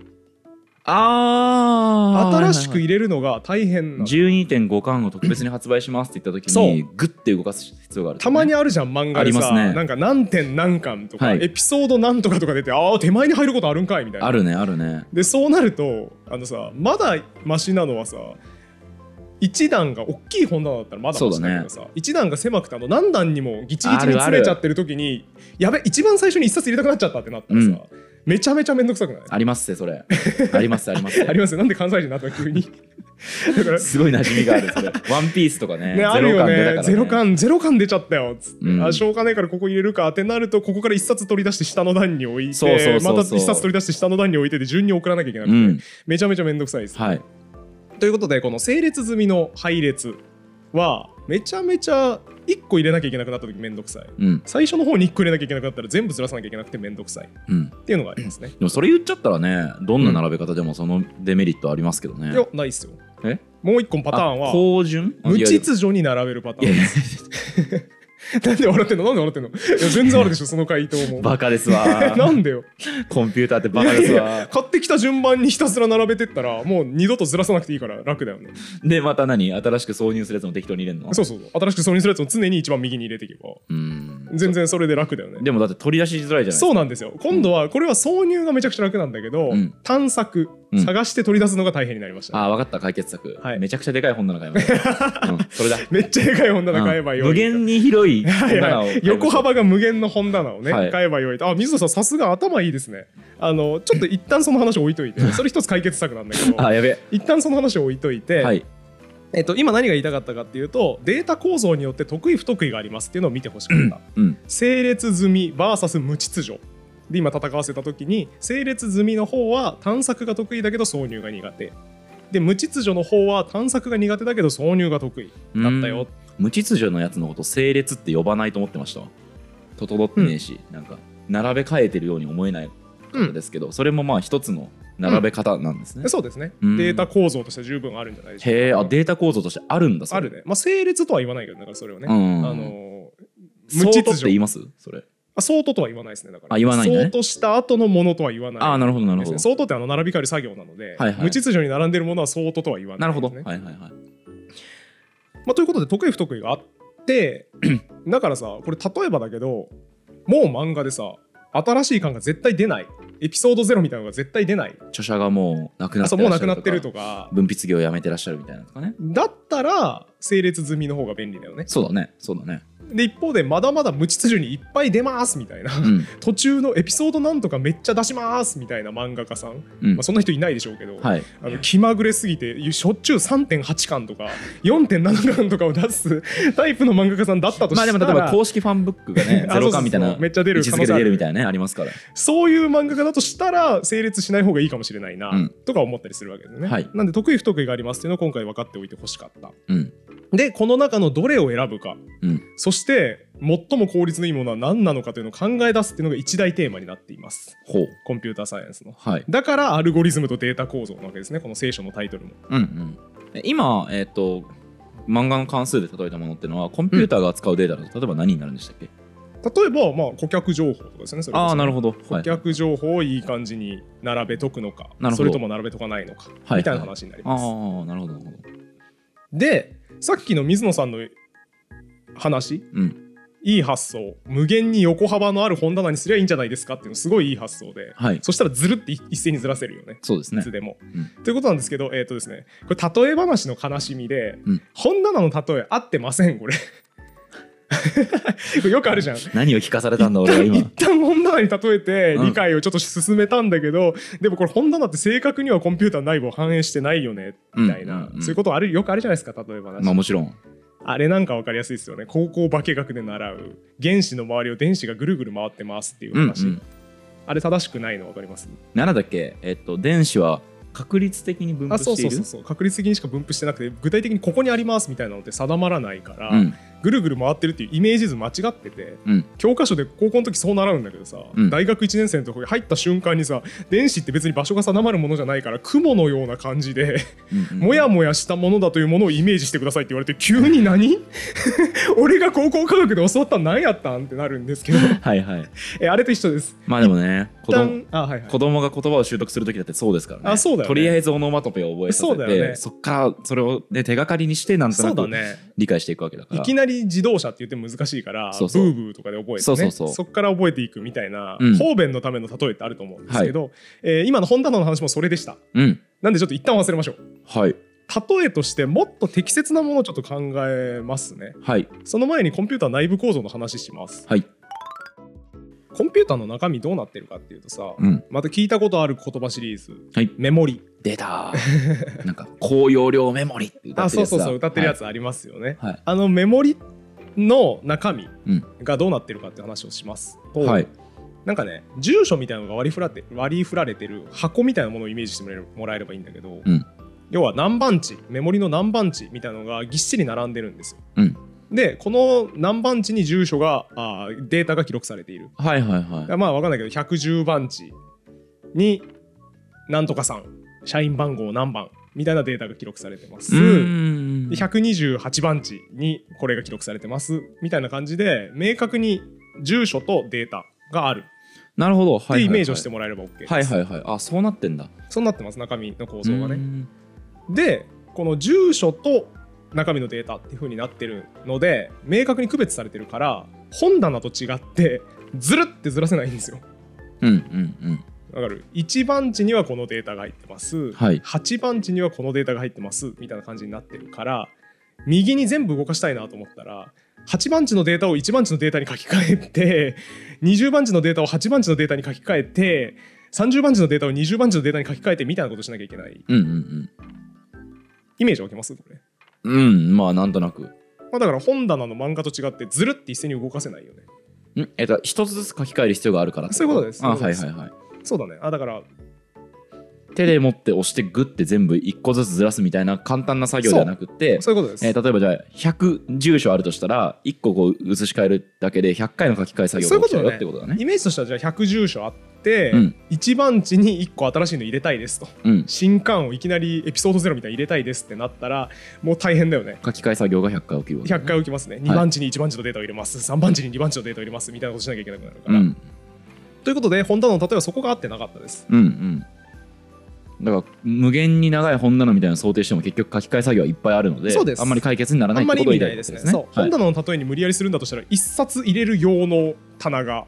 [SPEAKER 2] あ
[SPEAKER 1] 新しく
[SPEAKER 2] い
[SPEAKER 1] 入れるのが大変なの
[SPEAKER 2] 12.5巻を特別に発売しますって言った時にグッて動かす必要がある、
[SPEAKER 1] たまにあるじゃん漫画で
[SPEAKER 2] あり
[SPEAKER 1] さ、
[SPEAKER 2] ますね
[SPEAKER 1] なんか何点何巻とか、
[SPEAKER 2] はい
[SPEAKER 1] エピソード何とかとか出てああ手前に入ることあるんかいみたいな
[SPEAKER 2] あるねあるね
[SPEAKER 1] でそうなるとあのさまだマシなのはさ1段が大きい本棚だったらまだ
[SPEAKER 2] そう
[SPEAKER 1] マ
[SPEAKER 2] だ
[SPEAKER 1] シ
[SPEAKER 2] ね
[SPEAKER 1] だけどさ、1段が狭くてあの何段にもギチギチ
[SPEAKER 2] あ
[SPEAKER 1] に
[SPEAKER 2] るある
[SPEAKER 1] 詰めちゃってる時にやべ一番最初に1冊入れたくなっちゃったってなったらさ、
[SPEAKER 2] うん
[SPEAKER 1] めちゃめちゃめんどくさくない
[SPEAKER 2] ありますねそれありますあります
[SPEAKER 1] ありますよなんで関西人になったの急に だ から
[SPEAKER 2] すごい馴染みがある それワンピースとかね
[SPEAKER 1] ね、あ
[SPEAKER 2] ゼ
[SPEAKER 1] る
[SPEAKER 2] ロ
[SPEAKER 1] よ
[SPEAKER 2] 感出たから
[SPEAKER 1] ね
[SPEAKER 2] ね
[SPEAKER 1] ゼロ感ゼロ感出ちゃったよつって、
[SPEAKER 2] うん
[SPEAKER 1] あしょうがないからここ入れるかってなるとここから一冊取り出して下の段に置いて
[SPEAKER 2] そうそうそうそう
[SPEAKER 1] また一冊取り出して下の段に置いてで順に送らなきゃいけなく
[SPEAKER 2] う
[SPEAKER 1] て、
[SPEAKER 2] ん
[SPEAKER 1] めちゃめちゃめんどくさいです、
[SPEAKER 2] はい
[SPEAKER 1] ということでこの整列済みの配列はめちゃめちゃ1個入れなきゃいけなくなった時めんどくさい
[SPEAKER 2] うん
[SPEAKER 1] 最初の方に1個入れなきゃいけなくなったら全部ずらさなきゃいけなくてめんどくさいっ
[SPEAKER 2] うん
[SPEAKER 1] ていうのがありますね、
[SPEAKER 2] でもそれ言っちゃったらねどんな並べ方でもそのデメリットありますけどね、
[SPEAKER 1] いやないっすよ
[SPEAKER 2] え
[SPEAKER 1] もう1個のパターンは
[SPEAKER 2] あ高順
[SPEAKER 1] 無秩序に並べるパター
[SPEAKER 2] いや
[SPEAKER 1] ン
[SPEAKER 2] いや
[SPEAKER 1] なんで笑ってんのなんで笑ってんのいや全然あるでしょその回答も
[SPEAKER 2] バカですわ
[SPEAKER 1] なんでよ
[SPEAKER 2] コンピューターってバカです
[SPEAKER 1] い
[SPEAKER 2] わ
[SPEAKER 1] やいや買ってきた順番にひたすら並べてったらもう二度とずらさなくていいから楽だよね
[SPEAKER 2] でまた何新しく挿入するやつも適当に入れるの
[SPEAKER 1] そううそうそう新しく挿入するやつを常に一番右に入れていけば
[SPEAKER 2] うん
[SPEAKER 1] 全然それで楽だよね
[SPEAKER 2] でもだって取り出しづらいじゃない
[SPEAKER 1] そうなんですよ今度はこれは挿入がめちゃくちゃ楽なんだけど、
[SPEAKER 2] うん
[SPEAKER 1] 探索
[SPEAKER 2] うん
[SPEAKER 1] 探して取り出すのが大変になりました、
[SPEAKER 2] あ分かった解決策、
[SPEAKER 1] はい
[SPEAKER 2] めちゃくちゃでかい本棚買い ました、うん、それだ
[SPEAKER 1] めっちゃでかい本棚買えばよい、
[SPEAKER 2] 無限に広い本
[SPEAKER 1] はい
[SPEAKER 2] 棚
[SPEAKER 1] は
[SPEAKER 2] を買いま
[SPEAKER 1] い
[SPEAKER 2] した
[SPEAKER 1] 横幅が無限の本棚をね、
[SPEAKER 2] はい
[SPEAKER 1] 買えばよいとあ水野さんさすが頭いいですねあのちょっと一旦その話置いといてそれ一つ解決策なんだけど
[SPEAKER 2] あやべ
[SPEAKER 1] 一旦その話を置いといて、
[SPEAKER 2] はい
[SPEAKER 1] えっと、今何が言いたかったかっていうとデータ構造によって得意不得意がありますっていうのを見てほしかった
[SPEAKER 2] うん
[SPEAKER 1] 整列済み VS 無秩序で今戦わせた時に整列済みの方は探索が得意だけど挿入が苦手で無秩序の方は探索が苦手だけど挿入が得意だったよ
[SPEAKER 2] 無秩序のやつのこと整列って呼ばないと思ってましたわ整ってねえし、なんか並べ替えてるように思えない
[SPEAKER 1] うん
[SPEAKER 2] ですけど、それもまあ一つの並べ方なんですね、
[SPEAKER 1] そうですね
[SPEAKER 2] うん
[SPEAKER 1] データ構造として十分あるんじゃないでしょうか
[SPEAKER 2] へえあデータ構造としてあるんだそれ
[SPEAKER 1] あるねまあ整列とは言わないけどだからそれはね、
[SPEAKER 2] うん
[SPEAKER 1] あの無
[SPEAKER 2] 無
[SPEAKER 1] 秩
[SPEAKER 2] 秩序って言い
[SPEAKER 1] 序
[SPEAKER 2] ますそれ
[SPEAKER 1] あ相当とは言わないですねだから
[SPEAKER 2] あ言わないんだね
[SPEAKER 1] 相当した後のものとは言わない
[SPEAKER 2] ああなるほどなる
[SPEAKER 1] です
[SPEAKER 2] ほ
[SPEAKER 1] ね
[SPEAKER 2] ど
[SPEAKER 1] 相当ってあの並び替える作業なので、
[SPEAKER 2] はいはい
[SPEAKER 1] 無秩序に並んでるものは相当とは言わ
[SPEAKER 2] な
[SPEAKER 1] ない
[SPEAKER 2] る
[SPEAKER 1] です
[SPEAKER 2] ほ
[SPEAKER 1] ね、
[SPEAKER 2] ど、はいはいはい
[SPEAKER 1] まあ、ということで得意不得意があって だからさこれ例えばだけどもう漫画でさ新しい感が絶対出ないエピソードゼロみたいなのが絶対出ない
[SPEAKER 2] 著者がもうなく
[SPEAKER 1] あ
[SPEAKER 2] なって
[SPEAKER 1] そう
[SPEAKER 2] ら
[SPEAKER 1] もう
[SPEAKER 2] っしゃ
[SPEAKER 1] なくなってると
[SPEAKER 2] か
[SPEAKER 1] か
[SPEAKER 2] 文筆業をやめてらっしゃるみたいなのとかね
[SPEAKER 1] だったら整列済みの方が便利だよね
[SPEAKER 2] そうだねそうだね
[SPEAKER 1] で一方でまだまだ無秩序にいっぱい出ますみたいな
[SPEAKER 2] うん
[SPEAKER 1] 途中のエピソードなんとかめっちゃ出しますみたいな漫画家さん、
[SPEAKER 2] うん
[SPEAKER 1] まあ、そんな人いないでしょうけど、
[SPEAKER 2] はい
[SPEAKER 1] あの気まぐれすぎてしょっちゅう3.8巻とか4.7巻とかを出すタイプの漫画家さんだったとし
[SPEAKER 2] ま
[SPEAKER 1] たら、
[SPEAKER 2] あでも例えば公式ファンブックがね
[SPEAKER 1] あ
[SPEAKER 2] ゼロ感みたい
[SPEAKER 1] そう
[SPEAKER 2] な
[SPEAKER 1] そうそうめっちゃ出る
[SPEAKER 2] 位置づけ
[SPEAKER 1] 可能性
[SPEAKER 2] で
[SPEAKER 1] ある
[SPEAKER 2] 出るみたいなねありますから
[SPEAKER 1] そういう漫画家だとしたら成立しない方がいいかもしれないな、
[SPEAKER 2] うん
[SPEAKER 1] とか思ったりするわけですね、
[SPEAKER 2] はい
[SPEAKER 1] なんで得意不得意がありますっていうのを今回分かっておいてほしかった
[SPEAKER 2] うん
[SPEAKER 1] でこの中のどれを選ぶか
[SPEAKER 2] うん
[SPEAKER 1] そして最も効率のいいものは何なのかというのを考え出すっていうのが一大テーマになっています
[SPEAKER 2] ほう
[SPEAKER 1] コンピューターサイエンスの
[SPEAKER 2] はい
[SPEAKER 1] だからアルゴリズムとデータ構造なわけですねこの聖書のタイトルも
[SPEAKER 2] うんうん、え今、えっと漫画の関数で例えたものってのはコンピューターが扱うデータだと例えば何になるんでしたっけ、
[SPEAKER 1] 例えばまあ顧客情報とかですねそれこそ
[SPEAKER 2] ああなるほど、は
[SPEAKER 1] 顧
[SPEAKER 2] い、
[SPEAKER 1] 客情報をいい感じに並べとくのか、
[SPEAKER 2] なるほど
[SPEAKER 1] それとも並べとかないのか、
[SPEAKER 2] はい
[SPEAKER 1] みたいな話になり
[SPEAKER 2] あ
[SPEAKER 1] ます。
[SPEAKER 2] あなるほどなるほど
[SPEAKER 1] でさっきの水野さんの話
[SPEAKER 2] うん
[SPEAKER 1] いい発想無限に横幅のある本棚にすりゃいいんじゃないですかっていうのすごいいい発想で、
[SPEAKER 2] はい
[SPEAKER 1] そしたらずるって一斉にずらせるよね。
[SPEAKER 2] そうです
[SPEAKER 1] い
[SPEAKER 2] ね
[SPEAKER 1] つでも、
[SPEAKER 2] う
[SPEAKER 1] ということなんですけど、えっ、とですね、これ例え話の悲しみで、
[SPEAKER 2] うん
[SPEAKER 1] 本棚の例え合ってません、 これ。これよくあるじゃん。
[SPEAKER 2] 何を聞かされたんだ俺は
[SPEAKER 1] 一
[SPEAKER 2] 今
[SPEAKER 1] 旦本棚に例えて
[SPEAKER 2] うん
[SPEAKER 1] 理解をちょっと進めたんだけど、でもこれ本棚って正確にはコンピューター内部を反映してないよねみたいな、
[SPEAKER 2] うんうんうん
[SPEAKER 1] そういうことあるよくあるじゃないですか例えば、
[SPEAKER 2] まあもちろん
[SPEAKER 1] あれなんか分かりやすいですよね高校化学で習う原子の周りを電子がぐるぐる回ってますっていう
[SPEAKER 2] うん、うん、
[SPEAKER 1] 話、あれ正しくないの分かります
[SPEAKER 2] 7だっけえっと電子は確率的に分
[SPEAKER 1] あ
[SPEAKER 2] 布
[SPEAKER 1] そう
[SPEAKER 2] して
[SPEAKER 1] そ
[SPEAKER 2] いう
[SPEAKER 1] そうそう
[SPEAKER 2] る
[SPEAKER 1] 確率的にしか分布してなくて具体的にここにありますみたいなのって定まらないから、
[SPEAKER 2] うん
[SPEAKER 1] ぐるぐる回ってるっていうイメージ図間違ってて、
[SPEAKER 2] うん
[SPEAKER 1] 教科書で高校の時そう習うんだけどさ、
[SPEAKER 2] うん
[SPEAKER 1] 大学1年生のとこに入った瞬間にさ電子って別に場所が定まるものじゃないから雲のような感じで、
[SPEAKER 2] うんうん
[SPEAKER 1] もやもやしたものだというものをイメージしてくださいって言われて急に何 俺が高校科学で教わったの何やったんってなるんです けど
[SPEAKER 2] はいはい
[SPEAKER 1] えあれと一緒です。
[SPEAKER 2] まあでもね子
[SPEAKER 1] 一
[SPEAKER 2] 供
[SPEAKER 1] 旦あはいはい
[SPEAKER 2] 子供が言葉を習得する時だってそうですからね
[SPEAKER 1] あそうだよね
[SPEAKER 2] とりあえずオノマトペを覚えさせ
[SPEAKER 1] そうだ
[SPEAKER 2] て
[SPEAKER 1] よね
[SPEAKER 2] そっからそれを、ね、手がかりにしてなんと
[SPEAKER 1] そ
[SPEAKER 2] な
[SPEAKER 1] うだ
[SPEAKER 2] く
[SPEAKER 1] ね
[SPEAKER 2] 理解していくわけだから
[SPEAKER 1] いきなり自動車って言って難しいから
[SPEAKER 2] そうそう
[SPEAKER 1] ブーブーとかで覚えてね
[SPEAKER 2] そうそうそう
[SPEAKER 1] っから覚えていくみたいな、
[SPEAKER 2] うん
[SPEAKER 1] 方便のための例えってあると思うんですけど、えー今の本棚の話もそれでした
[SPEAKER 2] うん
[SPEAKER 1] なんでちょっと一旦忘れましょう
[SPEAKER 2] はい
[SPEAKER 1] 例えとしてもっと適切なものをちょっと考えますね
[SPEAKER 2] はい
[SPEAKER 1] その前にコンピューター内部構造の話します
[SPEAKER 2] はい
[SPEAKER 1] コンピューターの中身どうなってるかっていうとさ、
[SPEAKER 2] うん
[SPEAKER 1] また聞いたことある言葉シリーズ
[SPEAKER 2] はい
[SPEAKER 1] メモリ
[SPEAKER 2] 出たなんか高容量メモリって歌
[SPEAKER 1] あ
[SPEAKER 2] っ
[SPEAKER 1] そ
[SPEAKER 2] てる
[SPEAKER 1] う
[SPEAKER 2] やつ
[SPEAKER 1] そう
[SPEAKER 2] だ
[SPEAKER 1] そう歌ってるやつありますよね、
[SPEAKER 2] はい、はい
[SPEAKER 1] あのメモリの中身
[SPEAKER 2] うん
[SPEAKER 1] がどうなってるかって話をしますと、
[SPEAKER 2] はい
[SPEAKER 1] なんかね住所みたいなのが割り振られて割り振られてる箱みたいなものをイメージしてもらえるもらえればいいんだけど、
[SPEAKER 2] うん
[SPEAKER 1] 要は何番地メモリの何番地みたいなのがぎっしり並んでるんですよ。
[SPEAKER 2] うん
[SPEAKER 1] でこの何番地に住所があーデータが記録されている。
[SPEAKER 2] はいはいは い
[SPEAKER 1] まあ分かんないけど110番地になんとかさん社員番号何番みたいなデータが記録されてます。
[SPEAKER 2] うん
[SPEAKER 1] で128番地にこれが記録されてますみたいな感じで明確に住所とデータがある
[SPEAKER 2] なるほど、
[SPEAKER 1] っ
[SPEAKER 2] は
[SPEAKER 1] て
[SPEAKER 2] いはいはい
[SPEAKER 1] イメージをしてもらえれば OK です。
[SPEAKER 2] はいはいはいあそうなってんだ
[SPEAKER 1] そうなってます中身の構造が
[SPEAKER 2] う
[SPEAKER 1] ね。
[SPEAKER 2] ん
[SPEAKER 1] でこの住所と中身のデータっていう風になってるので明確に区別されてるから本棚と違ってずるってずらせないんですよ。
[SPEAKER 2] うんうん
[SPEAKER 1] わかる ?1 番地にはこのデータが入ってます、
[SPEAKER 2] はい
[SPEAKER 1] 8番地にはこのデータが入ってますみたいな感じになってるから右に全部動かしたいなと思ったら8番地のデータを1番地のデータに書き換えて20番地のデータを8番地のデータに書き換えて30番地のデータを20番地のデータに書き換えてみたいなことしなきゃいけない
[SPEAKER 2] うんうん
[SPEAKER 1] イメージ湧きますこれ、
[SPEAKER 2] うんうんまあなんとなく
[SPEAKER 1] まあ、だから本棚の漫画と違ってずるって一斉に動かせないよね
[SPEAKER 2] んえっと一つずつ書き換える必要があるから
[SPEAKER 1] そういうことです
[SPEAKER 2] あ
[SPEAKER 1] そう
[SPEAKER 2] は
[SPEAKER 1] いう
[SPEAKER 2] い
[SPEAKER 1] こと
[SPEAKER 2] は
[SPEAKER 1] で
[SPEAKER 2] いはい
[SPEAKER 1] そうだねあだから
[SPEAKER 2] 手で持って押してグッて全部一個ずつずらすみたいな簡単な作業ではなくって
[SPEAKER 1] そういうことです、
[SPEAKER 2] えー例えばじゃあ100住所あるとしたら1個こう移し替えるだけで100回の書き換え作業
[SPEAKER 1] そういうこ
[SPEAKER 2] が起き
[SPEAKER 1] と
[SPEAKER 2] ちゃう
[SPEAKER 1] ね
[SPEAKER 2] よってことだね。
[SPEAKER 1] イメージとしてはじゃあ100住所あって、
[SPEAKER 2] うん
[SPEAKER 1] 一番地に1個新しいの入れたいですと
[SPEAKER 2] うん、
[SPEAKER 1] 新刊をいきなりエピソードゼロみたいに入れたいですってなったらもう大変だよね
[SPEAKER 2] 書き換え作業が100回起きるわけだね、
[SPEAKER 1] 100回起きますね2番地に1番地のデータを入れます3番地に2番地のデータを入れますみたいなことしなきゃいけなくなるから、
[SPEAKER 2] うん
[SPEAKER 1] ということで本棚の例えばそこが合ってなかったです
[SPEAKER 2] うんうんだから無限に長い本棚みたいなの想定しても結局書き換え作業はいっぱいあるので
[SPEAKER 1] そうです
[SPEAKER 2] あんまり解決になら
[SPEAKER 1] あ
[SPEAKER 2] ない
[SPEAKER 1] ん
[SPEAKER 2] って
[SPEAKER 1] ま
[SPEAKER 2] こ
[SPEAKER 1] り意
[SPEAKER 2] とを
[SPEAKER 1] 味な
[SPEAKER 2] 言
[SPEAKER 1] いい
[SPEAKER 2] たい
[SPEAKER 1] で
[SPEAKER 2] って
[SPEAKER 1] す
[SPEAKER 2] こ
[SPEAKER 1] ね
[SPEAKER 2] とです
[SPEAKER 1] そ
[SPEAKER 2] ね。
[SPEAKER 1] う
[SPEAKER 2] はい
[SPEAKER 1] 本棚の例えに無理やりするんだとしたら1冊入れる用の棚が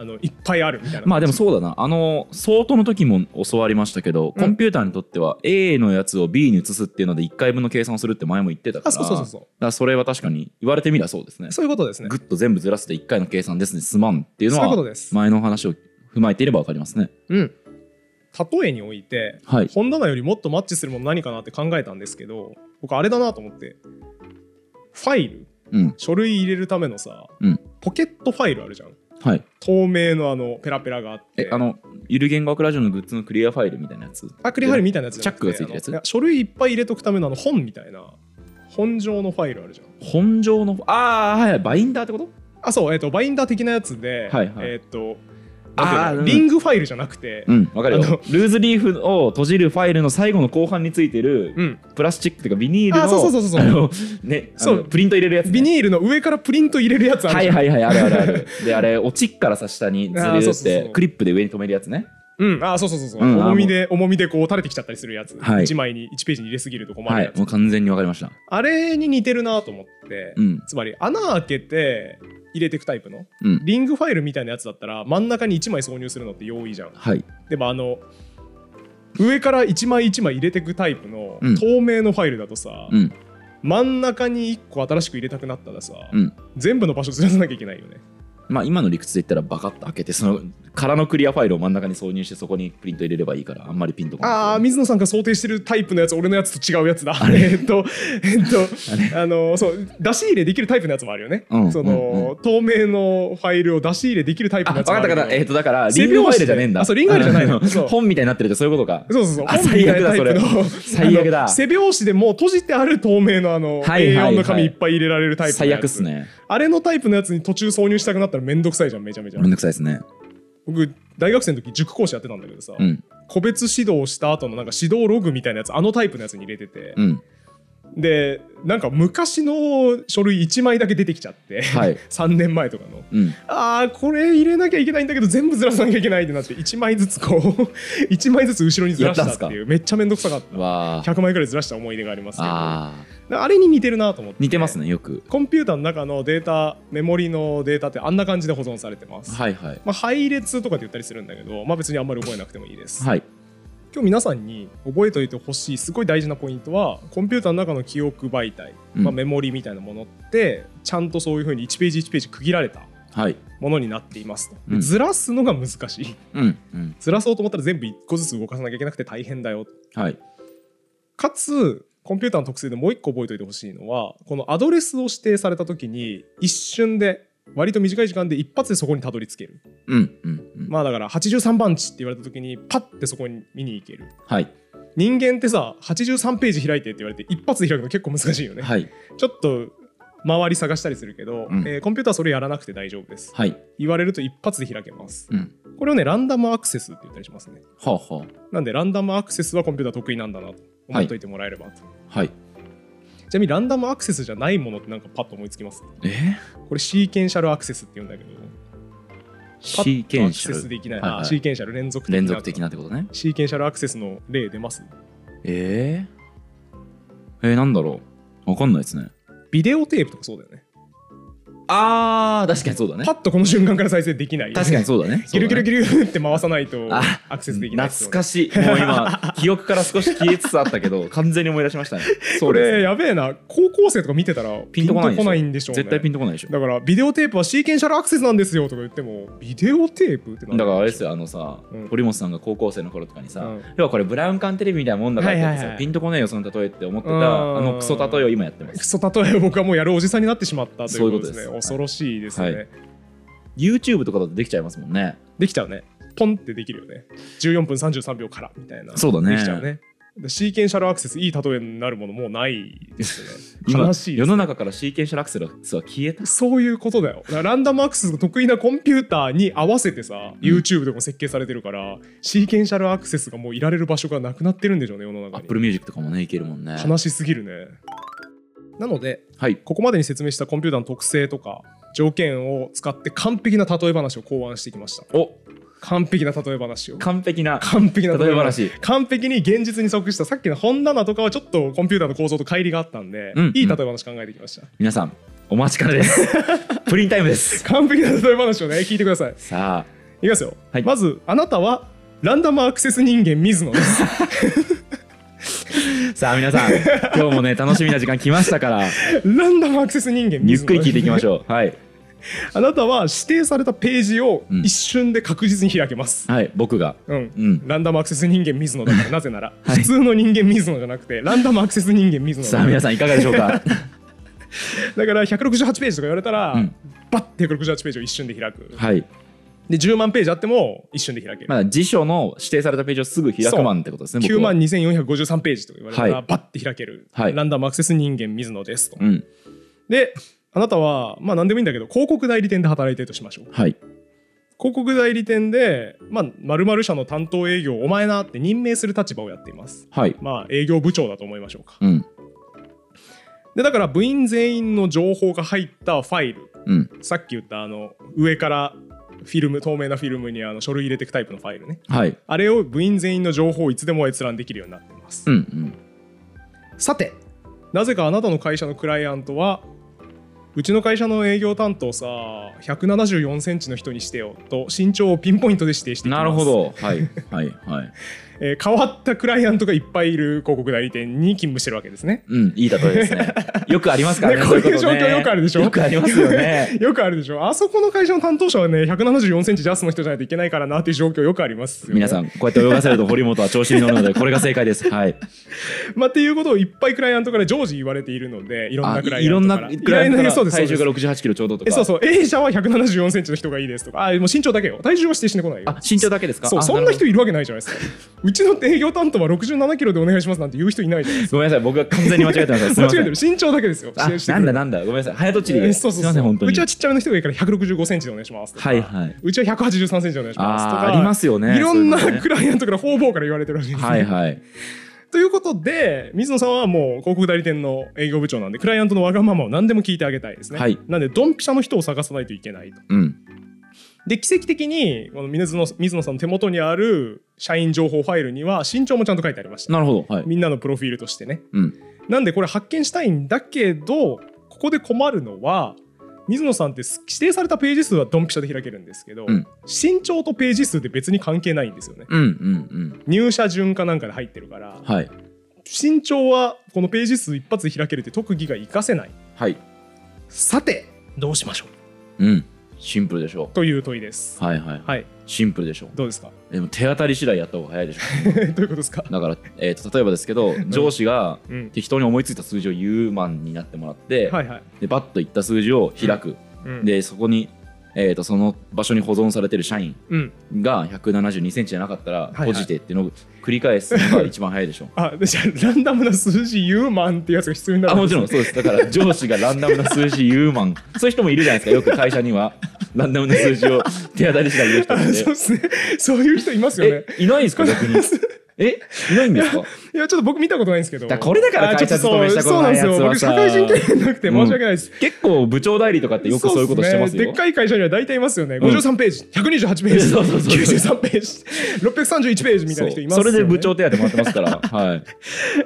[SPEAKER 1] あのいっぱいあるみたいな
[SPEAKER 2] まあでもそうだなあの相当の時も教わりましたけど、
[SPEAKER 1] うん
[SPEAKER 2] コンピューターにとっては A のやつを B に移すっていうので1回分の計算をするって前も言ってたから
[SPEAKER 1] あそうそうそうそ
[SPEAKER 2] だからそれは確かに言われてみりゃそうですね
[SPEAKER 1] うそういうことですね
[SPEAKER 2] ぐっと全部ずらして1回の計算ですねすまんっていうの
[SPEAKER 1] そういうこと
[SPEAKER 2] は
[SPEAKER 1] です、
[SPEAKER 2] 前の話を踏まえていれば分かりますね
[SPEAKER 1] うん例えにおいて
[SPEAKER 2] はい
[SPEAKER 1] 本棚よりもっとマッチするもの何かなって考えたんですけど僕あれだなと思ってファイル
[SPEAKER 2] うん
[SPEAKER 1] 書類入れるためのさ、
[SPEAKER 2] うん
[SPEAKER 1] ポケットファイルあるじゃん
[SPEAKER 2] はい
[SPEAKER 1] 透明のあのペラペラがあって
[SPEAKER 2] えあのゆる言語学ラジオのグッズのクリアファイルみたいなやつ
[SPEAKER 1] アクリルファイルみたいなやつじゃなく
[SPEAKER 2] チャックがついてるやつ
[SPEAKER 1] あのや書類いっぱい入れとくためのあの本みたいな本状のファイルあるじゃん
[SPEAKER 2] 本上のああはいはいバインダーってこと
[SPEAKER 1] あそうえっ、とバインダー的なやつで、
[SPEAKER 2] はいはい
[SPEAKER 1] えっ、と
[SPEAKER 2] あー
[SPEAKER 1] なんていうの
[SPEAKER 2] うん
[SPEAKER 1] リングファイルじゃなくて、
[SPEAKER 2] うん分かるよ
[SPEAKER 1] あの
[SPEAKER 2] ルーズリーフを閉じるファイルの最後の後半についてる
[SPEAKER 1] うん
[SPEAKER 2] プラスチックというかビニールの
[SPEAKER 1] あそうそうそうそうそう
[SPEAKER 2] あのねあ
[SPEAKER 1] そ
[SPEAKER 2] の
[SPEAKER 1] う
[SPEAKER 2] プリント入れるやつね、
[SPEAKER 1] ビニールの上からプリント入れるやつある
[SPEAKER 2] は
[SPEAKER 1] じ
[SPEAKER 2] い
[SPEAKER 1] ゃん、
[SPEAKER 2] はいはいあるある あるであれ落ちっからさ下にず
[SPEAKER 1] あー
[SPEAKER 2] れる
[SPEAKER 1] そう
[SPEAKER 2] っ
[SPEAKER 1] そうそう
[SPEAKER 2] てクリップで上に止めるやつね
[SPEAKER 1] うんあそうそうそうそう、
[SPEAKER 2] うんあの
[SPEAKER 1] 重みで重みでこう垂れてきちゃったりするやつ、
[SPEAKER 2] はい
[SPEAKER 1] 1枚に1ページに入れすぎると困
[SPEAKER 2] は
[SPEAKER 1] るや
[SPEAKER 2] い
[SPEAKER 1] つ、
[SPEAKER 2] もう完全に分かりました
[SPEAKER 1] あれに似てるなと思って、
[SPEAKER 2] うん
[SPEAKER 1] つまり穴開けて入れていくタイプの
[SPEAKER 2] うん
[SPEAKER 1] リングファイルみたいなやつだったら真ん中に1枚挿入するのって容易じゃん
[SPEAKER 2] はい
[SPEAKER 1] でもあの上から1枚1枚入れていくタイプの
[SPEAKER 2] うん
[SPEAKER 1] 透明のファイルだとさ、
[SPEAKER 2] うん
[SPEAKER 1] 真ん中に1個新しく入れたくなったらさ、
[SPEAKER 2] うん
[SPEAKER 1] 全部の場所ずらさなきゃいけないよね
[SPEAKER 2] まあ今の理屈で言ったらバカッと開けてその空のクリアファイルを真ん中に挿入してそこにプリント入れればいいからあんまりピンとこない
[SPEAKER 1] ああ水野さんが想定してるタイプのやつ俺のやつと違うやつだ えっとえっとあのそう出し入れできるタイプのやつもあるよね、
[SPEAKER 2] うん
[SPEAKER 1] その、透明のファイルを出し入れできるタイプ
[SPEAKER 2] あ、
[SPEAKER 1] のや
[SPEAKER 2] 分
[SPEAKER 1] つもあ
[SPEAKER 2] かった
[SPEAKER 1] る
[SPEAKER 2] 分かった。えっ、と、だから、
[SPEAKER 1] 背拍子で
[SPEAKER 2] リングファイルじゃねえんだ。
[SPEAKER 1] あそうリングファイルじゃないの
[SPEAKER 2] あの
[SPEAKER 1] そう
[SPEAKER 2] 本みたいになってるってそういうことか。
[SPEAKER 1] そうそうそう。
[SPEAKER 2] あ
[SPEAKER 1] 本みたいな
[SPEAKER 2] 最悪だ
[SPEAKER 1] タイプの
[SPEAKER 2] 最悪だ
[SPEAKER 1] あの背拍子でもう閉じてある透明のあの
[SPEAKER 2] はいはいはい
[SPEAKER 1] A4 の紙いっぱい入れられるタイプの
[SPEAKER 2] 最
[SPEAKER 1] やつ
[SPEAKER 2] 悪っす。ね。
[SPEAKER 1] あれのタイプのやつに途中挿入したくなったらめんどくさいじゃん、めちゃめちゃ
[SPEAKER 2] め。んどくさいですね。
[SPEAKER 1] 僕、大学生の時塾講師やってたんだけどさ、
[SPEAKER 2] うん。
[SPEAKER 1] 個別指導した後のなんか指導ログみたいなやつ、あのタイプのやつに入れてて、
[SPEAKER 2] うん。
[SPEAKER 1] で、なんか昔の書類1枚だけ出てきちゃって、
[SPEAKER 2] はい
[SPEAKER 1] 3年前とかの。
[SPEAKER 2] うん。
[SPEAKER 1] あーこれ入れなきゃいけないんだけど全部ずらさなきゃいけないってなって1枚ずつこう1 枚ずつ後ろにずらしたっていうめっちゃめんどくさかった
[SPEAKER 2] わあ。
[SPEAKER 1] 100枚くらいずらした思い出がありますけどあ
[SPEAKER 2] あー
[SPEAKER 1] あれに似てるなと思って
[SPEAKER 2] 似てますね、よく。
[SPEAKER 1] コンピューターの中のデータメモリのデータってあんな感じで保存されてます、
[SPEAKER 2] はいはい。
[SPEAKER 1] まあ、配列とかって言ったりするんだけど、まあ、別にあんまり覚えなくてもいいです、
[SPEAKER 2] はい。
[SPEAKER 1] 今日皆さんに覚えておいてほしいすごい大事なポイントはコンピューターの中の記憶媒体、
[SPEAKER 2] うん
[SPEAKER 1] まあ、メモリみたいなものってちゃんとそういうふうに1ページ1ページ区切られた
[SPEAKER 2] はい。
[SPEAKER 1] ものになっていますと、で
[SPEAKER 2] うん
[SPEAKER 1] ずらすのが難しい
[SPEAKER 2] うん。うん。
[SPEAKER 1] ずらそうと思ったら全部1個ずつ動かさなきゃいけなくて大変だよ
[SPEAKER 2] はい。
[SPEAKER 1] かつコンピューターの特性でもう1個覚えておいてほしいのはこのアドレスを指定された時に一瞬で割と短い時間で一発でそこにたどり着ける
[SPEAKER 2] うん。うん。うん。
[SPEAKER 1] まあだから83番地って言われた時にパッてそこに見に行ける
[SPEAKER 2] はい。
[SPEAKER 1] 人間ってさ83ページ開いてって言われて一発で開くの結構難しいよね、
[SPEAKER 2] はい。
[SPEAKER 1] ちょっと周り探したりするけど、
[SPEAKER 2] うん
[SPEAKER 1] えーコンピューターはそれやらなくて大丈夫です
[SPEAKER 2] はい。
[SPEAKER 1] 言われると一発で開けます
[SPEAKER 2] うん。
[SPEAKER 1] これをねランダムアクセスって言ったりしますね
[SPEAKER 2] はあ、は
[SPEAKER 1] なんでランダムアクセスはコンピューター得意なんだなと思っといてもらえればと、
[SPEAKER 2] あ。はい。
[SPEAKER 1] ちなみにランダムアクセスじゃないものってなんかパッと思いつきます
[SPEAKER 2] え
[SPEAKER 1] これシーケンシャルアクセスって言うんだけど
[SPEAKER 2] シーケンシ
[SPEAKER 1] パッとアクセス
[SPEAKER 2] ャ
[SPEAKER 1] で
[SPEAKER 2] ル。
[SPEAKER 1] きない、
[SPEAKER 2] はいはい
[SPEAKER 1] あシーケンシャル連続的な
[SPEAKER 2] 連続的なってことね。
[SPEAKER 1] シーケンシャルアクセスの例出ます
[SPEAKER 2] えー、えー、なんだろう。わかんないですね。
[SPEAKER 1] ビデオテープとかそうだよね
[SPEAKER 2] あー、確かにそうだね
[SPEAKER 1] パ。ッとこの瞬間から再生できない
[SPEAKER 2] 確かにそうだね。
[SPEAKER 1] ギルギルギルギルって回さないと
[SPEAKER 2] あ
[SPEAKER 1] アクセスできない
[SPEAKER 2] 懐かしい。もう今、記憶から少し消えつつあったけど、完全に思い出しましたね。そ
[SPEAKER 1] こ
[SPEAKER 2] うです
[SPEAKER 1] れやべえな高校生とか見てたら
[SPEAKER 2] ピンとこないでしょ
[SPEAKER 1] んでしょうね
[SPEAKER 2] 絶対ピンとこないでしょ。
[SPEAKER 1] だからビデオテープはシーケンシャルアクセスなんですよとか言ってもビデオテープってなん
[SPEAKER 2] だからあれですよ、あのさ
[SPEAKER 1] うん、
[SPEAKER 2] 堀本さんが高校生の頃とかにさ
[SPEAKER 1] うん、
[SPEAKER 2] 要はこれブラウン管テレビみたいなもんだからって言って
[SPEAKER 1] はいはい
[SPEAKER 2] さ
[SPEAKER 1] はい
[SPEAKER 2] ピンとこねえよ、その例えって思ってた、
[SPEAKER 1] うん
[SPEAKER 2] あのクソ例えを今やってま
[SPEAKER 1] ク
[SPEAKER 2] す。
[SPEAKER 1] ソ例えを僕はもうやるおじさんになってしまったということですね
[SPEAKER 2] そういうことです
[SPEAKER 1] 恐ろしいですね、
[SPEAKER 2] は YouTube とかだとできちゃいますもんね。
[SPEAKER 1] できちゃうねポンってできるよね14分33秒からみたいな
[SPEAKER 2] そうだね
[SPEAKER 1] できちゃうねでシーケンシャルアクセスいい例えになるものもうないですよね
[SPEAKER 2] 今
[SPEAKER 1] 悲、しいで
[SPEAKER 2] 世
[SPEAKER 1] す
[SPEAKER 2] の中からシーケンシャルアクセスは消えた。
[SPEAKER 1] そういうことだよだからランダムアクセスが得意なコンピューターに合わせてさ YouTube でも設計されてるから、シーケンシャルアクセスがもういられる場所がなくなってるんでしょうね世の中に
[SPEAKER 2] Apple Music とかもね、いけるもんね。
[SPEAKER 1] 悲しすぎるねなので
[SPEAKER 2] はい。
[SPEAKER 1] ここまでに説明したコンピューターの特性とか条件を使って完璧な例え話を考案してきました
[SPEAKER 2] お
[SPEAKER 1] 完璧な例え話を
[SPEAKER 2] 完璧な
[SPEAKER 1] 完璧な
[SPEAKER 2] 例え話。
[SPEAKER 1] 完璧に現実に即したさっきの本棚とかはちょっとコンピューターの構造と乖離があったんで、
[SPEAKER 2] うん
[SPEAKER 1] いい例え話考えてきました、
[SPEAKER 2] 皆さん、お待ちかね です。プリンタイムです。
[SPEAKER 1] 完璧な例え話をね聞いてくださいい
[SPEAKER 2] さあ、
[SPEAKER 1] きますよ、
[SPEAKER 2] はい
[SPEAKER 1] まずあなたはランダムアクセス人間水野です
[SPEAKER 2] さあ 皆さん、今日もね、楽しみな時間来ましたから、
[SPEAKER 1] ランダムアクセス人間水野
[SPEAKER 2] ゆっくり聞いていきまし
[SPEAKER 1] ょう
[SPEAKER 2] ょう。はい。
[SPEAKER 1] あなたは指定されたページを
[SPEAKER 2] うん
[SPEAKER 1] 一瞬で確実に開けます、
[SPEAKER 2] はい、僕が。
[SPEAKER 1] うん
[SPEAKER 2] うん。
[SPEAKER 1] ランダムアクセス人間水野だ からなぜなら、
[SPEAKER 2] はい
[SPEAKER 1] 普通の人間水野じゃなくてランダムアクセス人間水野
[SPEAKER 2] さあ皆
[SPEAKER 1] だか
[SPEAKER 2] さん、いかがでしょう か。
[SPEAKER 1] らだから168ページとか言われたら、
[SPEAKER 2] うん
[SPEAKER 1] バッて168ページを一瞬で開く
[SPEAKER 2] はい。
[SPEAKER 1] で10万ページあっても一瞬で開ける、
[SPEAKER 2] まあ、辞書の指定されたページをすぐ開くマンってことですね、
[SPEAKER 1] 9
[SPEAKER 2] 僕は
[SPEAKER 1] 万。2453ページとか言われたら、
[SPEAKER 2] はい
[SPEAKER 1] バッて開ける、
[SPEAKER 2] はい
[SPEAKER 1] ランダムアクセス人間水野ですと、
[SPEAKER 2] うん。
[SPEAKER 1] であなたはまあ何でもいいんだけど広告代理店で働いてるとしましょう
[SPEAKER 2] はい。
[SPEAKER 1] 広告代理店でまあ〇〇社の担当営業をお前なって任命する立場をやっています
[SPEAKER 2] はい。
[SPEAKER 1] まあ営業部長だと思いましょうか
[SPEAKER 2] うん。
[SPEAKER 1] でだから部員全員の情報が入ったファイル
[SPEAKER 2] うん。
[SPEAKER 1] さっき言ったあの上からフィルム透明なフィルムにあの書類入れていくタイプのファイルね
[SPEAKER 2] はい。
[SPEAKER 1] あれを部員全員の情報をいつでも閲覧できるようになっています
[SPEAKER 2] うん。うん。
[SPEAKER 1] さてなぜかあなたの会社のクライアントはうちの会社の営業担当さ174センチの人にしてよと身長をピンポイントで指定してきます
[SPEAKER 2] なるほ、ど。はい。はい。はい。
[SPEAKER 1] えー変わったクライアントがいっぱいいる広告代理店に勤務してるわけですね
[SPEAKER 2] うん。いい例えですね。よくありますからね。
[SPEAKER 1] ねこういう
[SPEAKER 2] そことね
[SPEAKER 1] 状況よくあるでしょ
[SPEAKER 2] よくありますよね。
[SPEAKER 1] よくあるでしょあそこの会社の担当者はね174センチジャスの人じゃないといけないからなっていう状況よくありますよね、
[SPEAKER 2] 皆さん、こうやって泳がせると堀本は調子に乗るので、これが正 解です。はい。
[SPEAKER 1] まあ、っていうことをいっぱいクライアントから常時言われているのでいろん
[SPEAKER 2] あ
[SPEAKER 1] なクラ
[SPEAKER 2] い
[SPEAKER 1] イア
[SPEAKER 2] ろ
[SPEAKER 1] ント
[SPEAKER 2] んな
[SPEAKER 1] から
[SPEAKER 2] クライアント
[SPEAKER 1] いやそ
[SPEAKER 2] か
[SPEAKER 1] うで
[SPEAKER 2] ら
[SPEAKER 1] すそう
[SPEAKER 2] 体
[SPEAKER 1] で
[SPEAKER 2] 重
[SPEAKER 1] す
[SPEAKER 2] が68キロちょうどとか。
[SPEAKER 1] えそうそう A 社は174センチの人がいいですとかあもう身長だけよ体重は指定してこないよ
[SPEAKER 2] あ、身長だけですか
[SPEAKER 1] そう
[SPEAKER 2] あ
[SPEAKER 1] そん
[SPEAKER 2] る
[SPEAKER 1] な
[SPEAKER 2] ほど
[SPEAKER 1] 人いるわけないじゃないです かうちの営業担当は67キロでお願いしますなんて言う人いないじゃ ないです
[SPEAKER 2] ごめんなさい、僕が完全に間違えてました。す
[SPEAKER 1] か間
[SPEAKER 2] みませ
[SPEAKER 1] 違え
[SPEAKER 2] ん
[SPEAKER 1] てる。身長だけですよ
[SPEAKER 2] あ、なんだなんだ、ごめんなさい。早とちり
[SPEAKER 1] え
[SPEAKER 2] で。
[SPEAKER 1] そうそうそう
[SPEAKER 2] すみません、本当に。
[SPEAKER 1] うちはちっちゃめの人がいいから165センチでお願いしますとか
[SPEAKER 2] はいはいう
[SPEAKER 1] ちは183センチでお願いしますと
[SPEAKER 2] あ
[SPEAKER 1] か
[SPEAKER 2] ーありますよね。
[SPEAKER 1] いろんな
[SPEAKER 2] そういうのね
[SPEAKER 1] クライアントから方々から言われてるわけですね、
[SPEAKER 2] はいはい。
[SPEAKER 1] ということで水野さんはもう広告代理店の営業部長なんでクライアントのわがままを何でも聞いてあげたいですね、
[SPEAKER 2] はい
[SPEAKER 1] なんでドンピシャの人を探さないといけないと
[SPEAKER 2] うん。
[SPEAKER 1] で奇跡的にこの水野水野さんの手元にある社員情報ファイルには身長もちゃんと書いてありました
[SPEAKER 2] なるほど。は い。
[SPEAKER 1] みんなのプロフィールとしてね
[SPEAKER 2] うん。
[SPEAKER 1] なんでこれ発見したいんだけどここで困るのは水野さんって指定されたページ数はドンピシャで開けるんですけど、
[SPEAKER 2] うん
[SPEAKER 1] 身長とページ数って別に関係ないんですよね
[SPEAKER 2] うんうん
[SPEAKER 1] 入社順かなんかで入ってるから
[SPEAKER 2] うんはい
[SPEAKER 1] 身長はこのページ数一発で開けるって特技が活かせない
[SPEAKER 2] はい
[SPEAKER 1] さてどうしましょう
[SPEAKER 2] うんシンプルでしょ
[SPEAKER 1] という問いです
[SPEAKER 2] うはいはい
[SPEAKER 1] はい
[SPEAKER 2] シンプルでしょ
[SPEAKER 1] どうですか
[SPEAKER 2] うでも手当たり次第やった方が早いでしょ
[SPEAKER 1] どういうことですか
[SPEAKER 2] うだから、えー、と例えばですけど上司が
[SPEAKER 1] うん
[SPEAKER 2] 適当に思いついた数字を言うマンになってもらって、
[SPEAKER 1] はいはい、
[SPEAKER 2] でバッといった数字を開く、
[SPEAKER 1] うん、
[SPEAKER 2] でそこに、えー、とその場所に保存されてる社員
[SPEAKER 1] うん
[SPEAKER 2] が1 7 2センチじゃなかったら
[SPEAKER 1] いはい
[SPEAKER 2] 閉じてっていうのを繰り返すのが一番早いでしょ う
[SPEAKER 1] あでじゃあランダムな数字ユーマンってやつが必要にな
[SPEAKER 2] あ
[SPEAKER 1] る
[SPEAKER 2] もちろんそうですだから上司がランダムな数字言うマン そういう人もいるじゃないですかよく会社に はランダムな数字を手当たり次第言う人っ
[SPEAKER 1] あ そう
[SPEAKER 2] て
[SPEAKER 1] ですねそういう人いますよね
[SPEAKER 2] えいないんですか逆にえい ないんですか
[SPEAKER 1] いやちょっと僕見たことないんですけど
[SPEAKER 2] だからこれだから
[SPEAKER 1] あ
[SPEAKER 2] 会
[SPEAKER 1] ち
[SPEAKER 2] 社
[SPEAKER 1] ょっと
[SPEAKER 2] 勤めしたこ
[SPEAKER 1] そう
[SPEAKER 2] とないやつ
[SPEAKER 1] そうなん
[SPEAKER 2] は
[SPEAKER 1] です
[SPEAKER 2] さ
[SPEAKER 1] よ僕社会人経験なくて申し訳ないです、
[SPEAKER 2] 結構部長代理とかってよくそういうことしてます
[SPEAKER 1] そっねで
[SPEAKER 2] よ
[SPEAKER 1] っかい会社には大体いますよね。
[SPEAKER 2] ん
[SPEAKER 1] 53ページ、128ページ、
[SPEAKER 2] そうそうそう
[SPEAKER 1] 93ページ、631ページみたいな人いますよ、
[SPEAKER 2] そ
[SPEAKER 1] ね。
[SPEAKER 2] うそれで部長手当てもらってますか らはい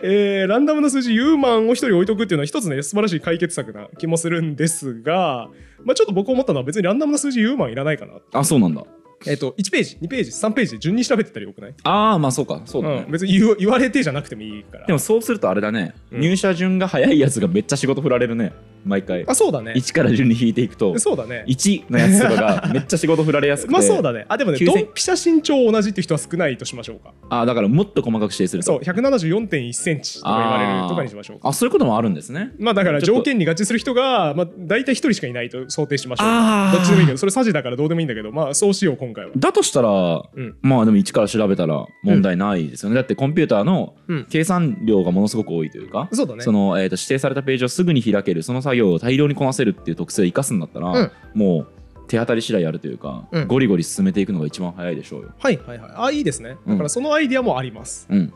[SPEAKER 1] えーランダムな数字ユーマンを一人置いとくっていうのは一つね素晴らしい解決策な気もするんですが、まあ、ちょっと僕思ったのは別にランダムな数字ユーマンいらないかな。
[SPEAKER 2] あそうなんだ
[SPEAKER 1] えっ、と1ページ2ページ3ページで順に調べてったらよくない、
[SPEAKER 2] ああまあそうかそうだね、
[SPEAKER 1] うん、別に言う言われてじゃなくてもいいから。
[SPEAKER 2] でもそうするとあれだね、
[SPEAKER 1] うん
[SPEAKER 2] 入社順が早いやつがめっちゃ仕事振られるね毎回
[SPEAKER 1] あそうだね。
[SPEAKER 2] 1から順に引いていくと
[SPEAKER 1] そうだね。
[SPEAKER 2] 1のやつとかがめっちゃ仕事振られやすく て
[SPEAKER 1] まあそうだね。あでもね、
[SPEAKER 2] 9000
[SPEAKER 1] ドンピシャ身長同じっていう人は少ないとしましょうか。
[SPEAKER 2] あだからもっと細かく指定する
[SPEAKER 1] そう、
[SPEAKER 2] と
[SPEAKER 1] 174.1センチとか言われるとかにしましょうか。
[SPEAKER 2] あそういうこともあるんですね
[SPEAKER 1] まあだから
[SPEAKER 2] ちょっと
[SPEAKER 1] 条件に合致する人が、まあ、大体一人しかいないと想定しましょう。
[SPEAKER 2] あー
[SPEAKER 1] どっちでもいいけど、それサジだからどうでもいいんだけど、まあそうしよう、今回は。
[SPEAKER 2] だとしたら
[SPEAKER 1] うん。
[SPEAKER 2] まあでも1から調べたら問題ないですよね、だってコンピューターの
[SPEAKER 1] うん
[SPEAKER 2] 計算量がものすごく多いというか、
[SPEAKER 1] そうだね。
[SPEAKER 2] その、えー、と指定されたページをすぐに開けるその作業を大量にこなせるっていう特性を生かすんだったら、
[SPEAKER 1] うん
[SPEAKER 2] もう手当たり次第やるというか、
[SPEAKER 1] うん
[SPEAKER 2] ゴリゴリ進めていくのが一番早いでしょうよ
[SPEAKER 1] はいはいはい。あ、いいですね。
[SPEAKER 2] うん
[SPEAKER 1] だからそのアイディアもあります。
[SPEAKER 2] うん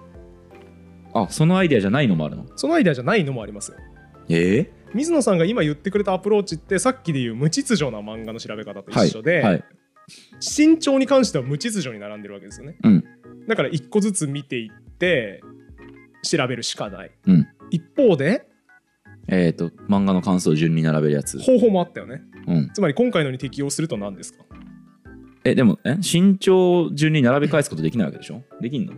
[SPEAKER 2] あそのアイデアじゃないのもあるの
[SPEAKER 1] そのアイディアじゃないのもありますよ。
[SPEAKER 2] ええ
[SPEAKER 1] 水野さんが今言ってくれたアプローチってさっきで言う無秩序な漫画の調べ方と一緒で、
[SPEAKER 2] はいはい
[SPEAKER 1] 身長に関しては無秩序に並んでるわけですよね。
[SPEAKER 2] うん
[SPEAKER 1] だから一個ずつ見ていって調べるしかない。
[SPEAKER 2] うん
[SPEAKER 1] 一方で
[SPEAKER 2] えっ、と漫画の感想を順に並べるやつ、
[SPEAKER 1] 方法もあったよね。
[SPEAKER 2] うん、
[SPEAKER 1] つまり今回のに適用すると何ですか
[SPEAKER 2] えでもえ身長を順に並べ返すことできないわけでしょできんの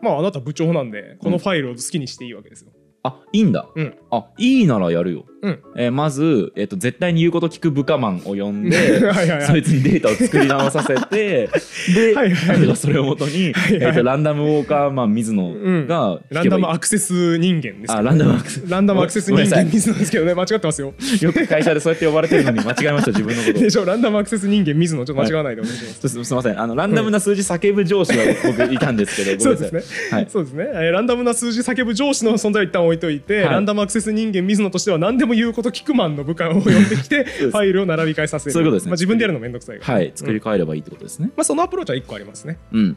[SPEAKER 1] まああなた部長なんでこのファイルを好きにしていいわけですよ。
[SPEAKER 2] あいいんだ、
[SPEAKER 1] うん
[SPEAKER 2] あいいならやるよ、
[SPEAKER 1] うん
[SPEAKER 2] えーまず、えー、と絶対に言うこと聞く部下マンを呼んで
[SPEAKER 1] はいはい
[SPEAKER 2] そ
[SPEAKER 1] はい
[SPEAKER 2] いつにデータを作り直させ てで、
[SPEAKER 1] はいはい
[SPEAKER 2] 彼がそれをもとに、
[SPEAKER 1] はいはい
[SPEAKER 2] えーとランダムウォーカーマン水野が
[SPEAKER 1] ラ
[SPEAKER 2] 弾
[SPEAKER 1] ン
[SPEAKER 2] けば
[SPEAKER 1] ダ
[SPEAKER 2] いい、
[SPEAKER 1] ムアクセス人間ですけど
[SPEAKER 2] あランダムアクセス
[SPEAKER 1] ランダムアクセス人
[SPEAKER 2] ごめんなさ
[SPEAKER 1] 間
[SPEAKER 2] い
[SPEAKER 1] 水野ですけどね間違ってますよ。
[SPEAKER 2] よく会社でそうやって呼ばれてるのに間違えました自分のこと
[SPEAKER 1] でしょランダムアクセス人間水野ちょっと間違わないでお願いします。
[SPEAKER 2] すすみませんあのランダムな数字叫ぶ上司は僕いたんですけど、
[SPEAKER 1] そ
[SPEAKER 2] ご
[SPEAKER 1] う
[SPEAKER 2] めんな
[SPEAKER 1] です
[SPEAKER 2] さい
[SPEAKER 1] ね、
[SPEAKER 2] はい
[SPEAKER 1] そうですね、えーランダムな数字叫ぶ上司の存在を一旦置いといて、
[SPEAKER 2] はい
[SPEAKER 1] ランダムアクセス人間水野としては何でも言うこと聞くマンの部下を呼んで きてファイルを並び替えさせる
[SPEAKER 2] そういうことですね
[SPEAKER 1] まあ、自分でやるのめんどくさいから、
[SPEAKER 2] はい作り変えればいいってことですね
[SPEAKER 1] まあ、そのアプローチは1個ありますね
[SPEAKER 2] うん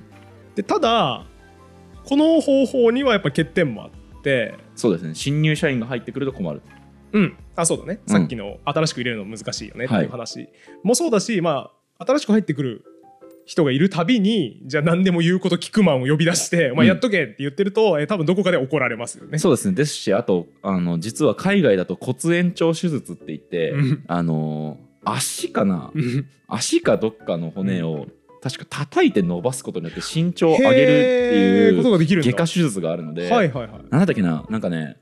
[SPEAKER 1] でただこの方法にはやっぱ欠点もあって
[SPEAKER 2] そうですね新入社員が入ってくると困る
[SPEAKER 1] うんあそうだね、
[SPEAKER 2] うん
[SPEAKER 1] さっきの新しく入れるの難しいよねって
[SPEAKER 2] はいいう
[SPEAKER 1] 話、もそうだしまあ新しく入ってくる人がいるたびにじゃあ何でも言うこと聞くマンを呼び出して、まあ、
[SPEAKER 2] うん
[SPEAKER 1] やっとけって言ってると、えー多分どこかで怒られますよね。
[SPEAKER 2] そうですねですしあとあの実は海外だと骨延長手術って言って、
[SPEAKER 1] うん
[SPEAKER 2] あの足かな、
[SPEAKER 1] うん
[SPEAKER 2] 足かどっかの骨を、確か叩いて伸ばすことによって身長を上げる
[SPEAKER 1] へー
[SPEAKER 2] って
[SPEAKER 1] こ
[SPEAKER 2] い
[SPEAKER 1] と
[SPEAKER 2] う
[SPEAKER 1] ができるんだ
[SPEAKER 2] 外科手術があるので、
[SPEAKER 1] はいはいはい。
[SPEAKER 2] なんだっけななんかね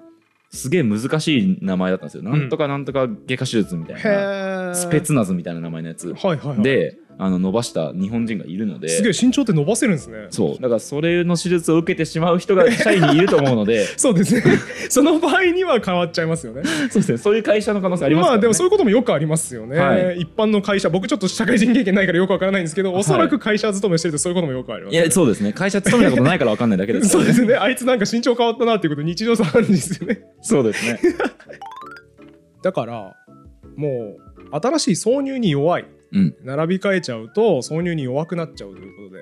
[SPEAKER 2] すげえ難しい名前だったんですよ、なんとかなんとか外科手術みたいな
[SPEAKER 1] へえ。
[SPEAKER 2] スペツナズみたいな名前のやつ
[SPEAKER 1] はいはいはい。
[SPEAKER 2] であの伸ばした日本人がいるのです
[SPEAKER 1] げえ身長って伸ばせるんですね。
[SPEAKER 2] そうだからそれの手術を受けてしまう人が社員にいると思う ので
[SPEAKER 1] そうですね。その場合には変わっちゃいますよね。
[SPEAKER 2] そうですねそういう会社の可能性あります
[SPEAKER 1] ま
[SPEAKER 2] から、ね、
[SPEAKER 1] あでもそういうこともよくありますよね。
[SPEAKER 2] はい
[SPEAKER 1] 一般の会社、僕ちょっと社会人経験ないからよくわからないんですけど、おそらく会社勤めしてるとそういうこともよくあります、
[SPEAKER 2] いやそうですね会社勤めたことないから分かんないだけです
[SPEAKER 1] そうですね。あいつなんか身長変わったなっていうこと日常茶飯事ですよね。
[SPEAKER 2] そうですね
[SPEAKER 1] だからもう新しい挿入に弱い
[SPEAKER 2] うん
[SPEAKER 1] 並び替えちゃうと挿入に弱くなっちゃうということで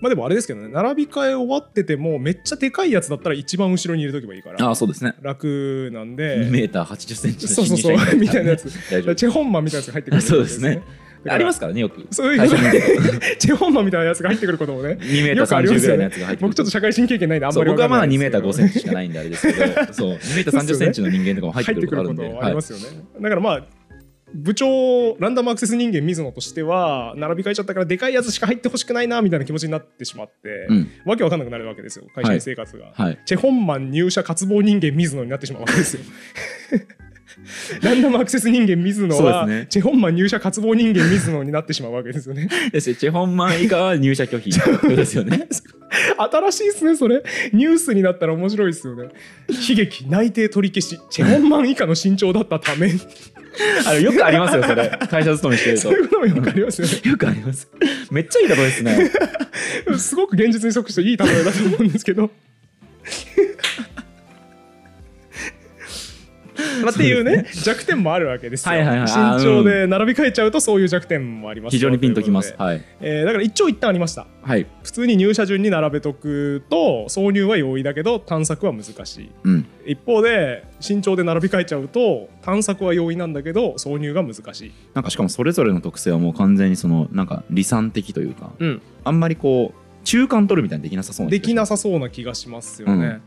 [SPEAKER 1] まあでもあれですけどね並び替え終わっててもめっちゃでかいやつだったら一番後ろに入れとけばいいから
[SPEAKER 2] ああそうですね
[SPEAKER 1] 楽なんで
[SPEAKER 2] 2メーター80センチの
[SPEAKER 1] そうそうそう
[SPEAKER 2] 新入社員
[SPEAKER 1] みたいなやつ
[SPEAKER 2] 大丈夫
[SPEAKER 1] チェホンマンみたいなやつが入ってくる
[SPEAKER 2] そうですねありますすからねよく
[SPEAKER 1] そういうこと
[SPEAKER 2] 会社に 出てくる
[SPEAKER 1] チェホンマンみたいなやつが入ってくることもね
[SPEAKER 2] 2メー
[SPEAKER 1] よく
[SPEAKER 2] タ
[SPEAKER 1] あ
[SPEAKER 2] ー
[SPEAKER 1] りま
[SPEAKER 2] 30
[SPEAKER 1] すよ
[SPEAKER 2] ぐらいのや
[SPEAKER 1] ね
[SPEAKER 2] つが入ってくる
[SPEAKER 1] 僕ちょっと社会人経験ないんであん
[SPEAKER 2] そ
[SPEAKER 1] ま
[SPEAKER 2] う
[SPEAKER 1] りわ
[SPEAKER 2] 僕
[SPEAKER 1] か
[SPEAKER 2] は
[SPEAKER 1] んな
[SPEAKER 2] まだ
[SPEAKER 1] い
[SPEAKER 2] 2
[SPEAKER 1] んですけ
[SPEAKER 2] メーター
[SPEAKER 1] ど
[SPEAKER 2] 5センチしかないんであれですけどそう2メーター30センチの人間とかも入
[SPEAKER 1] 入
[SPEAKER 2] っ
[SPEAKER 1] ってて
[SPEAKER 2] く
[SPEAKER 1] く
[SPEAKER 2] る
[SPEAKER 1] る
[SPEAKER 2] こ
[SPEAKER 1] こと
[SPEAKER 2] とあるんで
[SPEAKER 1] はありますよね、だからまあ部長ランダムアクセス人間水野としては並び替えちゃったからでかいやつしか入ってほしくないなみたいな気持ちになってしまって、
[SPEAKER 2] うん
[SPEAKER 1] わけわかんなくなるわけですよ会社員生活が、
[SPEAKER 2] はい
[SPEAKER 1] チェホンマン入社渇望人間水野になってしまうわけですよ ランダムアクセス人間水野は、
[SPEAKER 2] そうですね
[SPEAKER 1] チェホンマン入社渇望人間水野になってしまうわけですよね
[SPEAKER 2] ですねチェホンマン以下は入社拒否ってことですよね
[SPEAKER 1] 新しいですねそれニュースになったら面白いですよね悲劇内定取り消しチェホンマン以下の身長だったため
[SPEAKER 2] あのよくありますよそれ会社勤めしてる
[SPEAKER 1] そういう
[SPEAKER 2] と
[SPEAKER 1] こともよくありますよね
[SPEAKER 2] よくありますめっちゃいいとこですね
[SPEAKER 1] すごく現実に即していい例えだと思うんですけ ど。まあっていうね弱点もあるわけですよ、
[SPEAKER 2] はいはいはいあー
[SPEAKER 1] 身長で並び替えちゃうとそういう弱点もあります
[SPEAKER 2] 非
[SPEAKER 1] よ
[SPEAKER 2] 常にピンときま
[SPEAKER 1] い
[SPEAKER 2] す
[SPEAKER 1] うことで
[SPEAKER 2] はい
[SPEAKER 1] えーだから一長一短ありました
[SPEAKER 2] はい
[SPEAKER 1] 普通に入社順に並べとくと挿入は容易だけど探索は難しい
[SPEAKER 2] うん
[SPEAKER 1] 一方で身長で並び替えちゃうと探索は容易なんだけど挿入が難しい、
[SPEAKER 2] なんかしかもそれぞれの特性はもう完全にそのなんか理算的というか
[SPEAKER 1] うん、
[SPEAKER 2] あんまりこう中間取るみたいにできなさそうな気
[SPEAKER 1] で
[SPEAKER 2] がし
[SPEAKER 1] き
[SPEAKER 2] ま
[SPEAKER 1] なさそうな気がしますよね、
[SPEAKER 2] うん
[SPEAKER 1] えー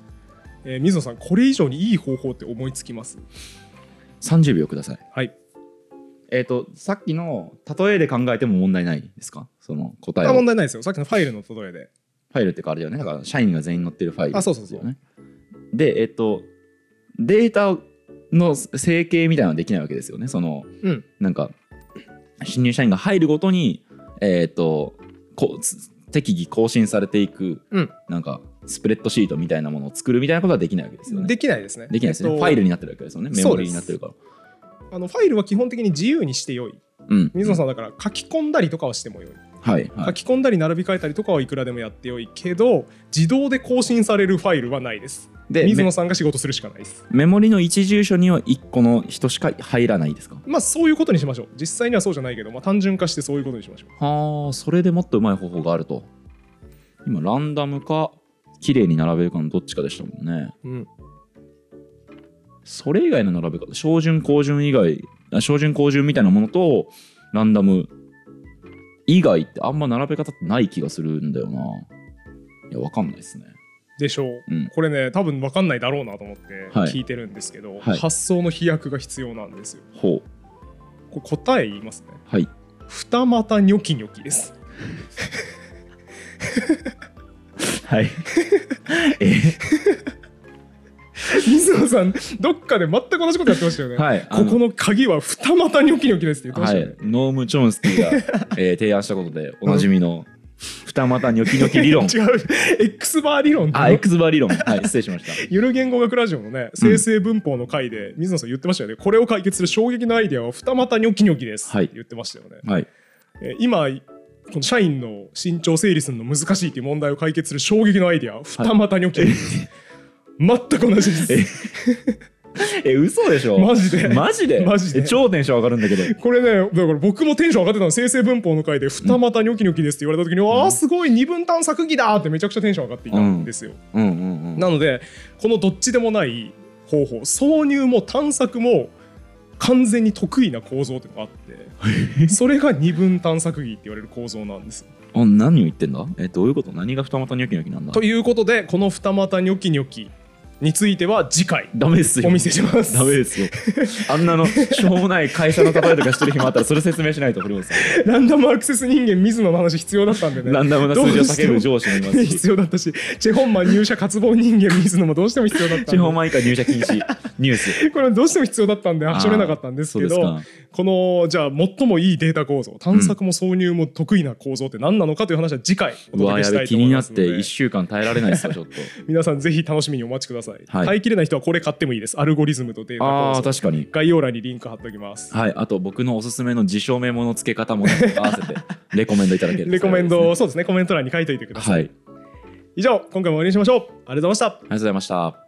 [SPEAKER 1] 水野さんこれ以上にいい方法って思いつきます
[SPEAKER 2] す30秒ください
[SPEAKER 1] はい
[SPEAKER 2] えっ、とさっきの例えで考えても問題ないですかその答え
[SPEAKER 1] あ
[SPEAKER 2] を
[SPEAKER 1] 問
[SPEAKER 2] フ
[SPEAKER 1] 題ないですよさっきのファイルの例えで
[SPEAKER 2] ァイルっていうかあれだよねだから社員が全員載ってるファイル
[SPEAKER 1] あそうそうそう
[SPEAKER 2] ですよねでえっ、とデータの整形みたいなのはできないわけですよねその
[SPEAKER 1] うん
[SPEAKER 2] なんか新入社員が入るごとにえっ、とこうつ適宜更新されていく、
[SPEAKER 1] うん
[SPEAKER 2] なんかスプレッドシートみたいなものを作るみたいなことはできないわけですよね。
[SPEAKER 1] できないですね
[SPEAKER 2] できないですね、
[SPEAKER 1] えっと
[SPEAKER 2] ファイルになってるわけですよねメ
[SPEAKER 1] そ
[SPEAKER 2] モ
[SPEAKER 1] うで
[SPEAKER 2] リ
[SPEAKER 1] す
[SPEAKER 2] ーになってるから
[SPEAKER 1] あのファイルは基本的に自由にしてよい
[SPEAKER 2] うん
[SPEAKER 1] 水野さんだから書き込んだりとかはしてもよい、
[SPEAKER 2] はい、は
[SPEAKER 1] 書
[SPEAKER 2] い、
[SPEAKER 1] き込んだり並び替えたりとかはいくらでもやってよいけど自動で更新されるファイルはないです
[SPEAKER 2] で
[SPEAKER 1] 水野
[SPEAKER 2] メ
[SPEAKER 1] さんが仕事するしかないです
[SPEAKER 2] メモリの一住所には1個の人しか入らないですか
[SPEAKER 1] まあそういうことにしましょう実際にはそうじゃないけど、まあ、単純化してそういうことにしましょう
[SPEAKER 2] はあそれでもっとうまい方法があると今ランダムか綺麗に並べるかのどっちかでしたもんね
[SPEAKER 1] うん、
[SPEAKER 2] それ以外の並べ方照準高順以外あ照準高順みたいなものとランダム以外ってあんま並べ方ってない気がするんだよないやわかんないですね
[SPEAKER 1] でしょう、
[SPEAKER 2] うん
[SPEAKER 1] これね多分分かんないだろうなと思って
[SPEAKER 2] はい
[SPEAKER 1] 聞いてるんですけど、
[SPEAKER 2] はい
[SPEAKER 1] 発想の飛躍が必要なんですよ
[SPEAKER 2] ほう
[SPEAKER 1] これ答え言いますね
[SPEAKER 2] はい
[SPEAKER 1] 二股ニョキニョキです
[SPEAKER 2] はいえ
[SPEAKER 1] 水野さんどっかで全く同じことやってましたよね、
[SPEAKER 2] はいあ
[SPEAKER 1] こ
[SPEAKER 2] の
[SPEAKER 1] この鍵は二股ニョキニョキですって言ってまし
[SPEAKER 2] は
[SPEAKER 1] た
[SPEAKER 2] い
[SPEAKER 1] よね、、
[SPEAKER 2] ノーム・チョンスキーが、えー提案したことでおなじみの二股ニョキニョキ理 論
[SPEAKER 1] 違う X バー理論
[SPEAKER 2] あ X バー理論はい失礼しました
[SPEAKER 1] ゆる言語学ラジオのね生成文法の回で水野さん言ってましたよね、これを解決する衝撃のアイデアは二股ニョキニョキです
[SPEAKER 2] はい
[SPEAKER 1] って言ってましたよね、
[SPEAKER 2] はい
[SPEAKER 1] えー今この社員の身長整理するの難しいっていう問題を解決する衝撃のアイデア二股ニョキニョキです、全く同じです
[SPEAKER 2] え嘘でしょ
[SPEAKER 1] マジで
[SPEAKER 2] マジで
[SPEAKER 1] マジで
[SPEAKER 2] え超テンション上がるんだけど
[SPEAKER 1] これね、だから僕もテンション上がってたの、生成文法の回で、二股ニョキニョキですって言われた時に、わあ、すごい、二分単作技だってめちゃくちゃテンション上がっていたんですよ。
[SPEAKER 2] うんうんうん
[SPEAKER 1] なので、このどっちでもない方法、挿入も探索も完全に得意な構造っていうのがあって、それが二分単作技って言われる構造なんです。
[SPEAKER 2] あ何を言ってんだえどういうこと何が二股ニョキニョキなんだ
[SPEAKER 1] ということで、この二股ニョキニョキについては次回
[SPEAKER 2] ダメですよ
[SPEAKER 1] お見せします。
[SPEAKER 2] ダメですよあんなのしょうもない会社の例えとかしてる暇あったらそれ説明しないと堀本さん
[SPEAKER 1] ランダムアクセス人間水野の話必要だったんでね。
[SPEAKER 2] ランダムな数字を叫ぶ上司もいますし
[SPEAKER 1] 必要だったし、チェホンマン入社渇望人間水野もどうしても必要だったんで、
[SPEAKER 2] 地方前以下入社禁止ニュース
[SPEAKER 1] これはどうしても必要だったんで、
[SPEAKER 2] あー
[SPEAKER 1] はしょれなかったんですけど、
[SPEAKER 2] そうです
[SPEAKER 1] このじゃあ、最もいいデータ構造、探索も挿入も得意な構造って何なのかという話は次回お
[SPEAKER 2] うわ
[SPEAKER 1] 届け
[SPEAKER 2] や
[SPEAKER 1] した
[SPEAKER 2] べ
[SPEAKER 1] い
[SPEAKER 2] 気
[SPEAKER 1] と思い
[SPEAKER 2] にな
[SPEAKER 1] ま
[SPEAKER 2] っ
[SPEAKER 1] すので、
[SPEAKER 2] て1週間耐えられないです よちょっと
[SPEAKER 1] 皆さんぜひ楽しみにお待ちください。
[SPEAKER 2] はい
[SPEAKER 1] 耐えきれない人はこれ買ってもいいです。アルゴリズムとデータ
[SPEAKER 2] あ
[SPEAKER 1] 構
[SPEAKER 2] あ
[SPEAKER 1] 造。
[SPEAKER 2] 確かに
[SPEAKER 1] 概要欄にリンク貼っておきます。
[SPEAKER 2] はいあと僕のおすすめの自証メモの付け方もなんか合わせてレコメンドいただけると
[SPEAKER 1] レコメンド、そうですね、コメント欄に書いておいてください。
[SPEAKER 2] はいあり
[SPEAKER 1] 以上、今回も終わりにしましょう。ありがとうございました。
[SPEAKER 2] がとうございました